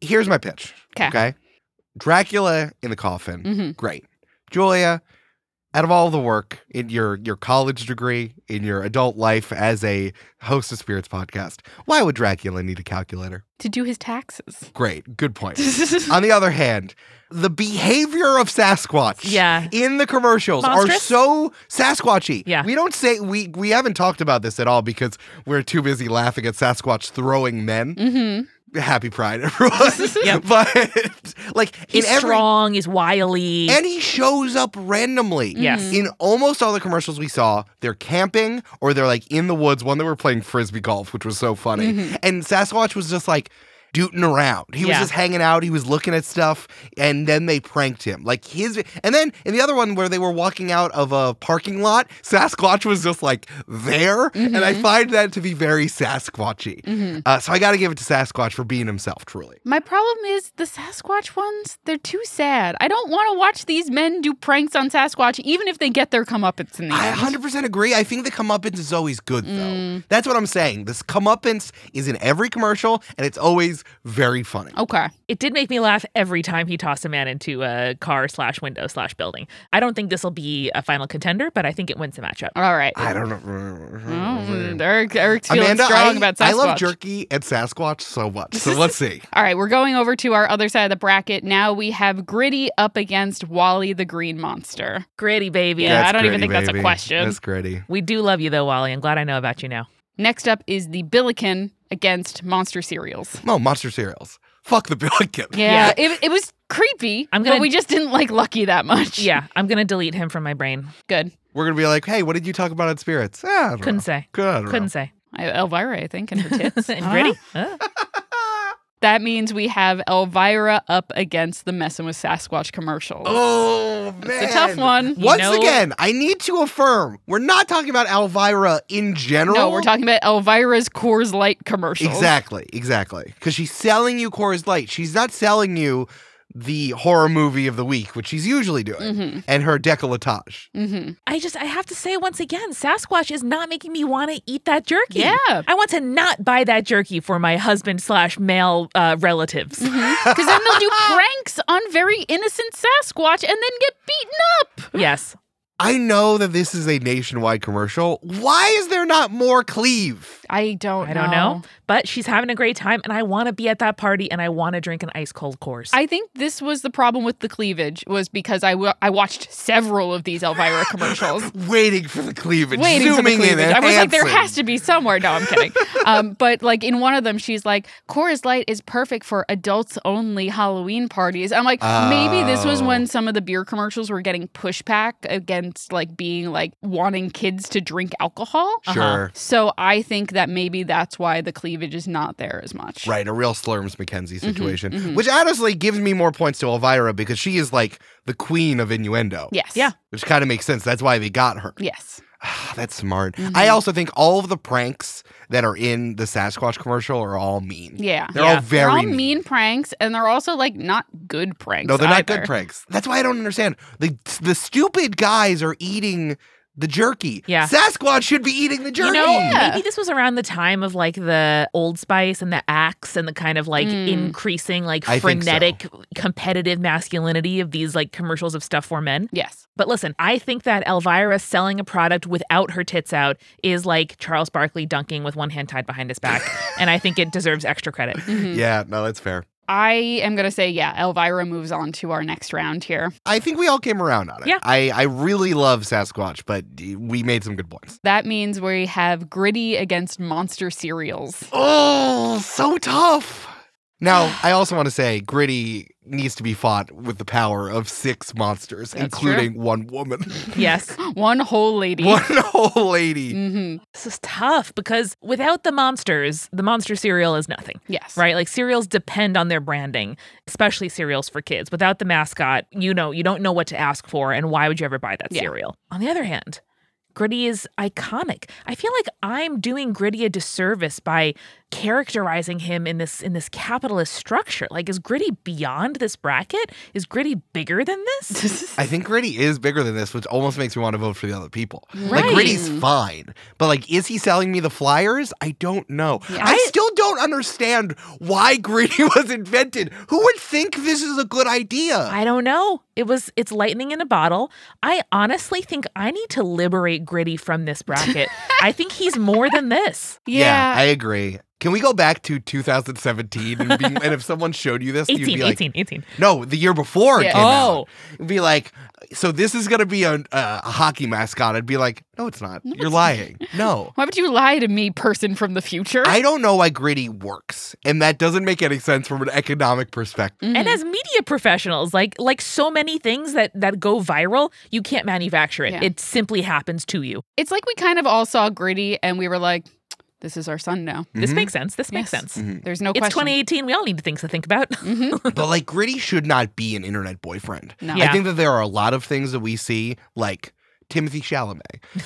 Speaker 3: Here's my pitch.
Speaker 2: 'Kay.
Speaker 3: Okay. Dracula in the coffin.
Speaker 2: hmm
Speaker 3: Great. Julia, out of all the work in your your college degree, in your adult life as a host of Spirits podcast, why would Dracula need a calculator?
Speaker 2: To do his taxes.
Speaker 3: Great. Good point. On the other hand, the behavior of Sasquatch
Speaker 1: Yeah.
Speaker 3: in the commercials are
Speaker 1: Monstrous?
Speaker 3: so Sasquatchy.
Speaker 1: Yeah.
Speaker 3: We don't say we we haven't talked about this at all because we're too busy laughing at Sasquatch throwing men.
Speaker 1: Mm.
Speaker 2: hmm
Speaker 3: Happy Pride, everyone.
Speaker 1: Yep.
Speaker 3: But like
Speaker 1: He's
Speaker 3: in every
Speaker 1: strong. He's wily.
Speaker 3: and he shows up randomly.
Speaker 1: Yes.
Speaker 3: In almost all the commercials we saw, they're camping or they're like in the woods. One they were playing frisbee golf, which was so funny. And Sasquatch was just like dooting around. He
Speaker 1: Mm-hmm.
Speaker 3: was
Speaker 1: Yeah.
Speaker 3: just hanging out. He was looking at stuff, and then they pranked him. Like his, and then in the other one where they were walking out of a parking lot, Sasquatch was just like there, and
Speaker 1: Mm-hmm.
Speaker 3: I find that to be very Sasquatchy. Uh, so I got to give it to Sasquatch for being himself. Truly,
Speaker 2: My problem is the Sasquatch ones, they're too sad. I don't want to watch these men do pranks on Sasquatch, even if they get their comeuppance in the
Speaker 3: I
Speaker 2: end. Mm.
Speaker 3: 100% agree. I think the comeuppance is always good, though. That's what I'm saying. This comeuppance is in every commercial, and it's always very funny.
Speaker 2: Okay.
Speaker 1: it did make me laugh every time he tossed a man into a car slash window slash building. I don't think this will be a final contender, but I think it wins the matchup.
Speaker 2: All right.
Speaker 3: I don't know.
Speaker 2: Mm, Eric, Eric's feeling
Speaker 3: Amanda,
Speaker 2: strong
Speaker 3: I,
Speaker 2: about Sasquatch.
Speaker 3: I love jerky and Sasquatch so much. So let's see.
Speaker 2: All right, we're going over to our other side of the bracket. Now we have Gritty up against Wally the Green Monster.
Speaker 1: Gritty baby.
Speaker 2: Yeah,
Speaker 3: That's
Speaker 2: I don't even think
Speaker 3: gritty,
Speaker 2: that's a
Speaker 3: baby.
Speaker 2: question.
Speaker 3: That's gritty.
Speaker 1: We do love you though, Wally. I'm glad I know about you now.
Speaker 2: Next up is the Billiken against Monster Cereals.
Speaker 3: No, monster cereals. Fuck the Billiken.
Speaker 2: Yeah, It, it was creepy,
Speaker 1: I'm
Speaker 2: but
Speaker 1: gonna-
Speaker 2: we just didn't like Lucky that much.
Speaker 1: Yeah, I'm gonna delete him from my brain.
Speaker 2: Good.
Speaker 3: We're going to be like, hey, what did you talk about at Spirits? Ah, I don't
Speaker 1: Couldn't
Speaker 3: know.
Speaker 1: say.
Speaker 3: Good, I don't
Speaker 1: Couldn't
Speaker 3: know.
Speaker 1: say.
Speaker 2: I, Elvira, I think, and her tits. I
Speaker 1: and
Speaker 2: don't
Speaker 1: Gritty.
Speaker 2: know.
Speaker 1: Uh.
Speaker 2: That means we have Elvira up against the Messing with Sasquatch commercials.
Speaker 3: Oh, man.
Speaker 2: It's a tough one.
Speaker 1: You
Speaker 3: Once
Speaker 1: know-
Speaker 3: again, I need to affirm we're not talking about Elvira in general.
Speaker 2: No, we're talking about Elvira's Coors Light commercials.
Speaker 3: Exactly, exactly. Because she's selling you Coors Light. She's not selling you the horror movie of the week, which she's usually doing,
Speaker 2: Mm-hmm.
Speaker 3: and her decolletage.
Speaker 2: Mm-hmm.
Speaker 1: I just I have to say once again, Sasquatch is not making me want to eat that jerky.
Speaker 2: Yeah.
Speaker 1: I want to not buy that jerky for my husband slash male uh, relatives.
Speaker 2: Because Mm-hmm. then they'll do pranks on very innocent Sasquatch and then get beaten up.
Speaker 1: yes.
Speaker 3: I know that this is a nationwide commercial. Why is there not more Cleve?
Speaker 2: I don't.
Speaker 1: I don't know. But she's having a great time and I want to be at that party and I want to drink an ice cold course.
Speaker 2: I think this was the problem with the cleavage was because I wa- I watched several of these Elvira commercials.
Speaker 3: Waiting for the cleavage.
Speaker 2: Waiting for the
Speaker 3: zooming in
Speaker 2: cleavage.
Speaker 3: and
Speaker 2: I was like, there
Speaker 3: handsome.
Speaker 2: has to be somewhere. No, I'm kidding. um, but like in one of them, she's like, Cora's Light is perfect for adults only Halloween parties. I'm like, maybe this was
Speaker 3: Oh.
Speaker 2: when some of the beer commercials were getting pushback against like being like wanting kids to drink alcohol.
Speaker 3: Sure.
Speaker 2: So I think that maybe that's why the cleavage is not there as much.
Speaker 3: Right, a real Slurms McKenzie
Speaker 2: Mm-hmm,
Speaker 3: situation, which honestly gives me more points to Elvira because she is like the queen of innuendo.
Speaker 2: Yes.
Speaker 1: Yeah.
Speaker 3: Which kind of makes sense. That's why they got her.
Speaker 2: Yes.
Speaker 3: Ah, That's smart. I also think all of the pranks that are in the Sasquatch commercial are all mean.
Speaker 2: Yeah.
Speaker 3: They're
Speaker 1: Yeah.
Speaker 3: all
Speaker 2: They're
Speaker 3: very
Speaker 2: all mean, pranks, and they're also like not good pranks.
Speaker 3: No, they're not good
Speaker 2: either.
Speaker 3: pranks. That's why I don't understand. The the stupid guys are eating the jerky.
Speaker 1: Yeah.
Speaker 3: Sasquatch should be eating the jerky.
Speaker 1: You know,
Speaker 2: Yeah.
Speaker 1: maybe this was around the time of like the Old Spice and the Axe and the kind of like
Speaker 2: Mm.
Speaker 1: increasing like
Speaker 3: I think so.
Speaker 1: frenetic competitive masculinity of these like commercials of stuff for men.
Speaker 2: Yes.
Speaker 1: But listen, I think that Elvira selling a product without her tits out is like Charles Barkley dunking with one hand tied behind his back. and I think it deserves extra credit.
Speaker 2: Mhm.
Speaker 3: Yeah, no, that's fair.
Speaker 2: I am gonna say yeah. Elvira moves on to our next round here.
Speaker 3: I think we all came around on it.
Speaker 1: Yeah.
Speaker 3: I, I really love Sasquatch, but we made some good points.
Speaker 2: That means we have gritty against monster cereals.
Speaker 3: Oh, so tough. Now, I also want to say Gritty needs to be fought with the power of six monsters, including one woman,
Speaker 1: Yes.
Speaker 2: One whole lady.
Speaker 3: one whole lady.
Speaker 2: hmm
Speaker 1: This is tough because without the monsters, the monster cereal is nothing.
Speaker 2: Yes.
Speaker 1: Right? Like cereals depend on their branding, especially cereals for kids. Without the mascot, you know, you don't know what to ask for and why would you ever buy that
Speaker 2: Yeah.
Speaker 1: cereal? On the other hand, Gritty is iconic. I feel like I'm doing Gritty a disservice by characterizing him in this in this capitalist structure. Like is Gritty beyond this bracket? Is Gritty bigger than this?
Speaker 3: I think Gritty is bigger than this, which almost makes me want to vote for the other people.
Speaker 2: Right.
Speaker 3: Like Gritty's fine, but like, is he selling me the flyers? I don't know. I,
Speaker 1: I-
Speaker 3: still don't understand why Gritty was invented. Who would think this is a good idea?
Speaker 1: I don't know. It was it's lightning in a bottle. I honestly think I need to liberate Gritty from this bracket. I think he's more than this.
Speaker 2: yeah.
Speaker 3: I agree. Can we go back to 2017 and, be, and if someone showed you this, you'd
Speaker 1: 18,
Speaker 3: be like,
Speaker 1: 18, 18.
Speaker 3: no, the year before it
Speaker 2: Yeah.
Speaker 3: came
Speaker 1: Oh.
Speaker 3: out. Be like, so this is gonna be a, a hockey mascot. I'd be like, no, it's not. You're lying. No.
Speaker 2: Why would you lie to me, person from the future?
Speaker 3: I don't know why gritty works, and that doesn't make any sense from an economic perspective.
Speaker 2: Mm-hmm.
Speaker 1: And
Speaker 2: Hmm.
Speaker 1: as media professionals, like like so many things that that go viral, you can't manufacture it.
Speaker 2: Yeah.
Speaker 1: It simply happens to you.
Speaker 2: it's like we kind of all saw Gritty and we were like, this is our son now.
Speaker 1: Mm, This
Speaker 3: Mhm.
Speaker 1: makes sense. This makes
Speaker 2: Yes.
Speaker 1: sense.
Speaker 3: Mm-hmm.
Speaker 2: Mm. There's no
Speaker 1: It's
Speaker 2: question. Mm-hmm.
Speaker 1: 2018. We all need things to think about.
Speaker 3: But like, gritty should not be an internet boyfriend.
Speaker 2: No.
Speaker 1: Yeah.
Speaker 3: I think that there are a lot of things that we see, like Timothy Chalamet,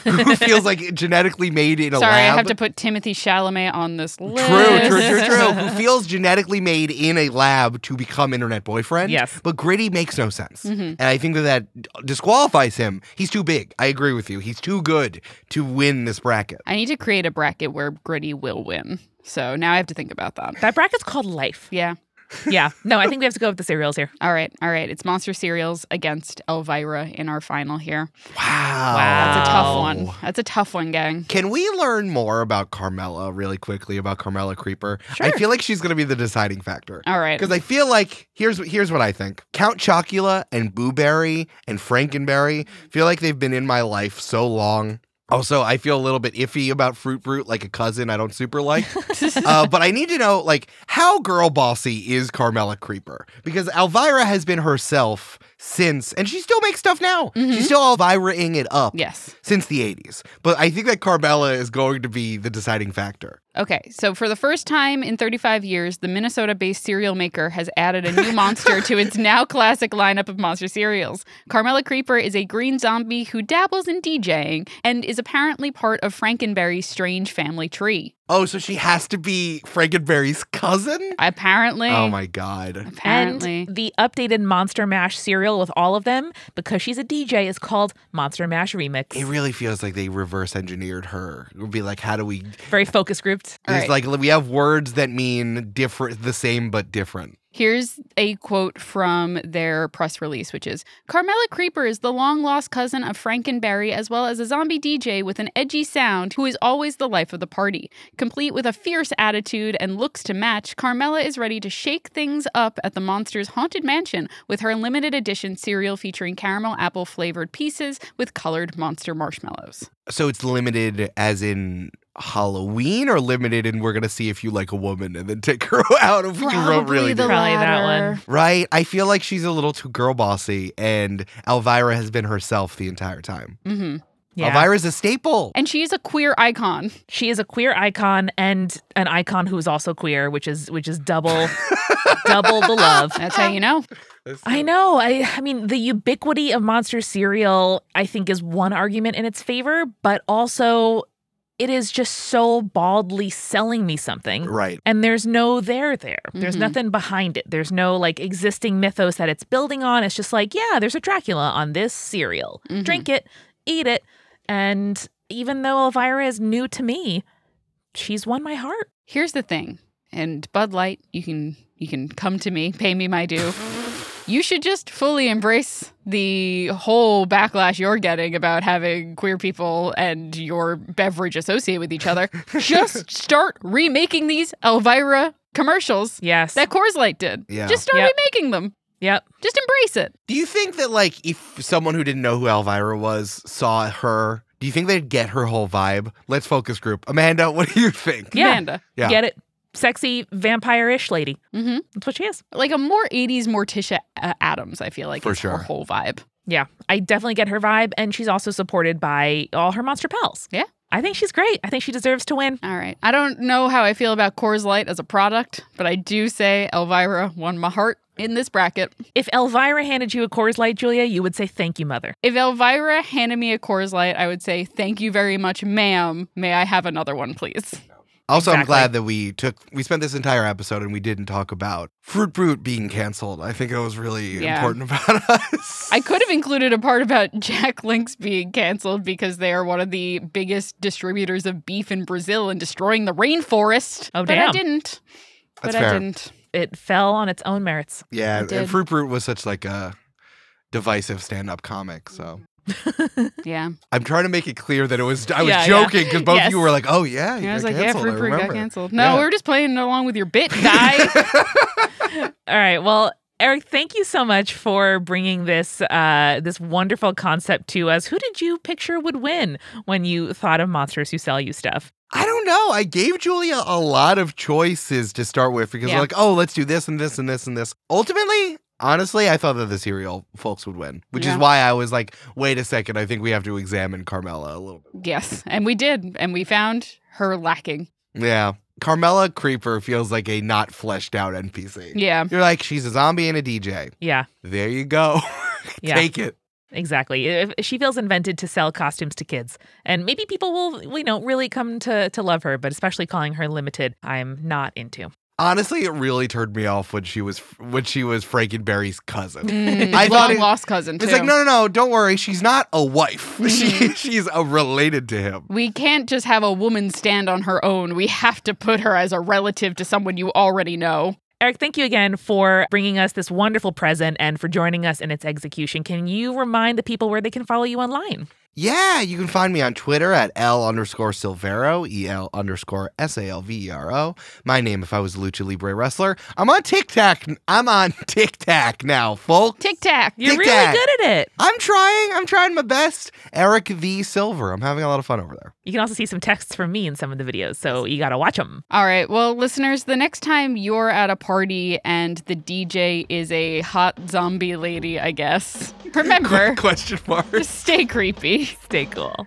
Speaker 3: who feels like genetically made in a
Speaker 2: Sorry,
Speaker 3: lab.
Speaker 2: I have to put Timothy Chalamet on this list.
Speaker 3: True, true, true, true. Who feels genetically made in a lab to become internet boyfriend?
Speaker 1: Yes.
Speaker 3: But Gritty makes no sense,
Speaker 2: Mm-hmm.
Speaker 3: and I think that that disqualifies him. He's too big. I agree with you. He's too good to win this bracket.
Speaker 2: I need to create a bracket where Gritty will win. So now I have to think about that.
Speaker 1: that bracket's called life.
Speaker 2: Yeah.
Speaker 1: Yeah. No, I think we have to go with the cereals here.
Speaker 2: All right. All right. It's Monster Cereals against Elvira in our final here.
Speaker 3: Wow.
Speaker 2: That's a tough
Speaker 3: Oh.
Speaker 1: Wow.
Speaker 2: one. That's a tough one, gang.
Speaker 3: Can we learn more about Carmela really quickly about Carmela Creeper? I
Speaker 1: Sure.
Speaker 3: feel like she's going to be the deciding factor.
Speaker 2: All right.
Speaker 3: Because I feel like here's here's what I think. Count Chocula and Booberry and Frankenberry feel like they've been in my life so long. Also, I feel a little bit iffy about Fruit Brute, like a cousin I don't super like. uh, but I need to know, like, how girl bossy is Carmela Creeper? Because Elvira has been herself since, and she still makes stuff now. She's still Elvira-ing it up
Speaker 2: Yes.
Speaker 3: since the 80s. But I think that Carmela is going to be the deciding factor.
Speaker 2: Okay, so for the first time in 35 years, the Minnesota based cereal maker has added a new monster to its now classic lineup of monster cereals. Carmela Creeper is a green zombie who dabbles in DJing and is apparently part of Frankenberry's strange family tree.
Speaker 3: Oh, so she has to be Frankenberry's cousin?
Speaker 2: Apparently.
Speaker 3: Oh my god.
Speaker 2: Apparently.
Speaker 1: And the updated Monster Mash cereal with all of them, because she's a DJ, is called Monster Mash Remix.
Speaker 3: It really feels like they reverse engineered her. It would be like, how do we?
Speaker 1: Very focus grouped.
Speaker 2: All
Speaker 3: It's
Speaker 2: right.
Speaker 3: like we have words that mean different, the same but different.
Speaker 2: Here's a quote from their press release, which is Carmela Creeper is the long lost cousin of Frankenberry, as well as a zombie DJ with an edgy sound who is always the life of the party. Complete with a fierce attitude and looks to match, Carmela is ready to shake things up at the monster's haunted mansion with her limited edition cereal featuring caramel apple flavored pieces with colored monster marshmallows.
Speaker 3: So it's limited as in Halloween, or limited, and we're gonna see if you like a woman and then take her out if you don't really do.
Speaker 1: Probably that latter. one.
Speaker 3: Right? I feel like she's a little too girl bossy, and Elvira has been herself the entire time.
Speaker 2: Mm-hmm.
Speaker 1: Yeah.
Speaker 3: Elvira's a staple.
Speaker 2: And she is a queer icon.
Speaker 1: She is a queer icon and an icon who is also queer, which is which is double double the love.
Speaker 2: That's how you know.
Speaker 1: I know. I I mean the ubiquity of monster cereal I think is one argument in its favor, but also it is just so baldly selling me something.
Speaker 3: Right.
Speaker 1: And there's no there there. There's
Speaker 2: Mhm.
Speaker 1: nothing behind it. There's no like existing mythos that it's building on. It's just like, yeah, there's a Dracula on this cereal.
Speaker 2: Mhm.
Speaker 1: Drink it, eat it. And even though Elvira is new to me, she's won my heart.
Speaker 2: Here's the thing, and Bud Light, you can you can come to me, pay me my due. You should just fully embrace the whole backlash you're getting about having queer people and your beverage associated with each other. just start remaking these Elvira commercials
Speaker 1: Yes.
Speaker 2: that Coors Light did.
Speaker 3: Yeah.
Speaker 2: Just start
Speaker 1: Yep.
Speaker 2: remaking them.
Speaker 1: yep.
Speaker 2: Just embrace it.
Speaker 3: Do you think that like if someone who didn't know who Elvira was saw her, do you think they'd get her whole vibe? Let's focus group. Amanda, what do you think?
Speaker 1: Yeah.
Speaker 2: Amanda.
Speaker 3: Yeah.
Speaker 1: Get it. sexy vampire-ish lady.
Speaker 2: hmm
Speaker 1: That's what she is.
Speaker 2: Like a more 80s Morticia uh, Adams, I feel like.
Speaker 3: For
Speaker 2: is Her
Speaker 3: sure.
Speaker 2: whole vibe.
Speaker 1: Yeah, I definitely get her vibe, and she's also supported by all her monster pals.
Speaker 2: Yeah.
Speaker 1: I think she's great. I think she deserves to win.
Speaker 2: All right. I don't know how I feel about Coors Light as a product, but I do say Elvira won my heart in this bracket.
Speaker 1: If Elvira handed you a Coors Light, Julia, you would say thank you, mother.
Speaker 2: If Elvira handed me a Coors Light, I would say, Thank you very much, ma'am. May I have another one, please?
Speaker 3: Also, I'm
Speaker 1: Exactly.
Speaker 3: glad that we took we spent this entire episode and we didn't talk about Fruit Brute being canceled. I think it was really
Speaker 2: Yeah.
Speaker 3: important about us.
Speaker 2: I could have included a part about Jack Links being canceled because they are one of the biggest distributors of beef in Brazil and destroying the rainforest.
Speaker 1: Oh,
Speaker 2: but I
Speaker 1: damn.
Speaker 2: didn't. but
Speaker 3: That's
Speaker 2: I
Speaker 3: fair.
Speaker 2: didn't.
Speaker 1: It fell on its own merits.
Speaker 3: yeah,
Speaker 2: I did.
Speaker 3: and Fruit Brute was such like a divisive stand-up comic. So
Speaker 2: Yeah.
Speaker 3: I'm trying to make it clear that it was I was
Speaker 2: Yeah, yeah.
Speaker 3: joking because both
Speaker 2: Yes.
Speaker 3: of you were like, "Oh yeah, you
Speaker 2: yeah I was
Speaker 3: got
Speaker 2: like,
Speaker 3: canceled.
Speaker 2: yeah, Fruit Brute got
Speaker 3: remember."
Speaker 2: canceled. No,
Speaker 3: Yeah.
Speaker 2: we were just playing along with your bit, guy.
Speaker 1: All right. Well, Eric, thank you so much for bringing this uh, this wonderful concept to us. Who did you picture would win when you thought of monsters who sell you stuff?
Speaker 3: I don't know. I gave Julia a lot of choices to start with because
Speaker 2: Yeah.
Speaker 3: we're like, oh, let's do this and this and this and this. Ultimately, honestly, I thought that the cereal folks would win, which
Speaker 2: Yeah.
Speaker 3: is why I was like, wait a second, I think we have to examine Carmela a little bit.
Speaker 2: yes. And we did. And we found her lacking.
Speaker 3: Yeah. Carmela Creeper feels like a not fleshed out NPC.
Speaker 2: Yeah.
Speaker 3: You're like, she's a zombie and a DJ.
Speaker 1: Yeah.
Speaker 3: There you go.
Speaker 1: Yeah.
Speaker 3: Take it.
Speaker 1: Exactly. If she feels invented to sell costumes to kids, and maybe people will, you know, really come to to love her. But especially calling her limited, I'm not into.
Speaker 3: Honestly, it really turned me off when she was when she was Frankenberry's cousin.
Speaker 2: Mm,
Speaker 3: I thought
Speaker 2: long
Speaker 3: it-
Speaker 2: lost cousin too.
Speaker 3: It's like, no, no, no, don't worry. She's not a wife. She, she's a related to him.
Speaker 2: We can't just have a woman stand on her own. We have to put her as a relative to someone you already know.
Speaker 1: Eric, thank you again for bringing us this wonderful present and for joining us in its execution. Can you remind the people where they can follow you online?
Speaker 3: Yeah, you can find me on Twitter at L underscore Silvero, E L underscore S A L V E R O. My name if I was a Lucha Libre wrestler. I'm on TikTok. I'm on TikTok now, folks.
Speaker 2: Tic Tac.
Speaker 1: You're
Speaker 3: Tic
Speaker 1: really
Speaker 3: Tac.
Speaker 1: good at it.
Speaker 3: I'm trying. I'm trying my best. Eric the Silver. I'm having a lot of fun over there.
Speaker 1: You can also see some texts from me in some of the videos, so you got to watch them.
Speaker 2: All right. Well, listeners, the next time you're at a party and the DJ is a hot zombie lady, I guess, remember,
Speaker 3: Question mark.
Speaker 2: just stay creepy.
Speaker 1: Stay cool.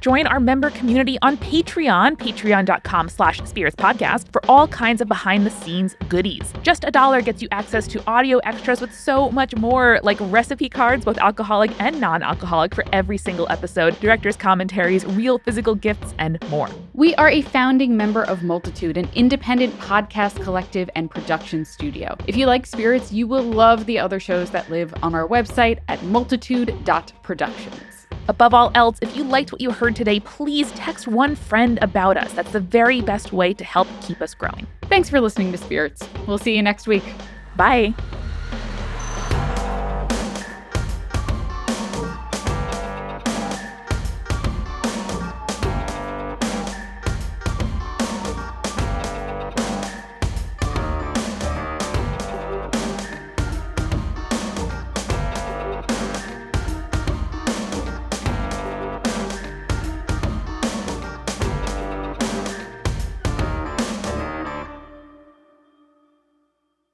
Speaker 1: Join our member community on Patreon, patreon.com slash spirits podcast, for all kinds of behind the scenes goodies. Just a dollar gets you access to audio extras with so much more, like recipe cards, both alcoholic and non alcoholic, for every single episode, director's commentaries, real physical gifts, and more.
Speaker 4: We are a founding member of Multitude, an independent podcast collective and production studio. If you like spirits, you will love the other shows that live on our website at multitude.productions.
Speaker 1: Above all else, if you liked what you heard today, please text one friend about us. That's the very best way to help keep us growing.
Speaker 4: Thanks for listening to Spirits. We'll see you next week.
Speaker 1: Bye.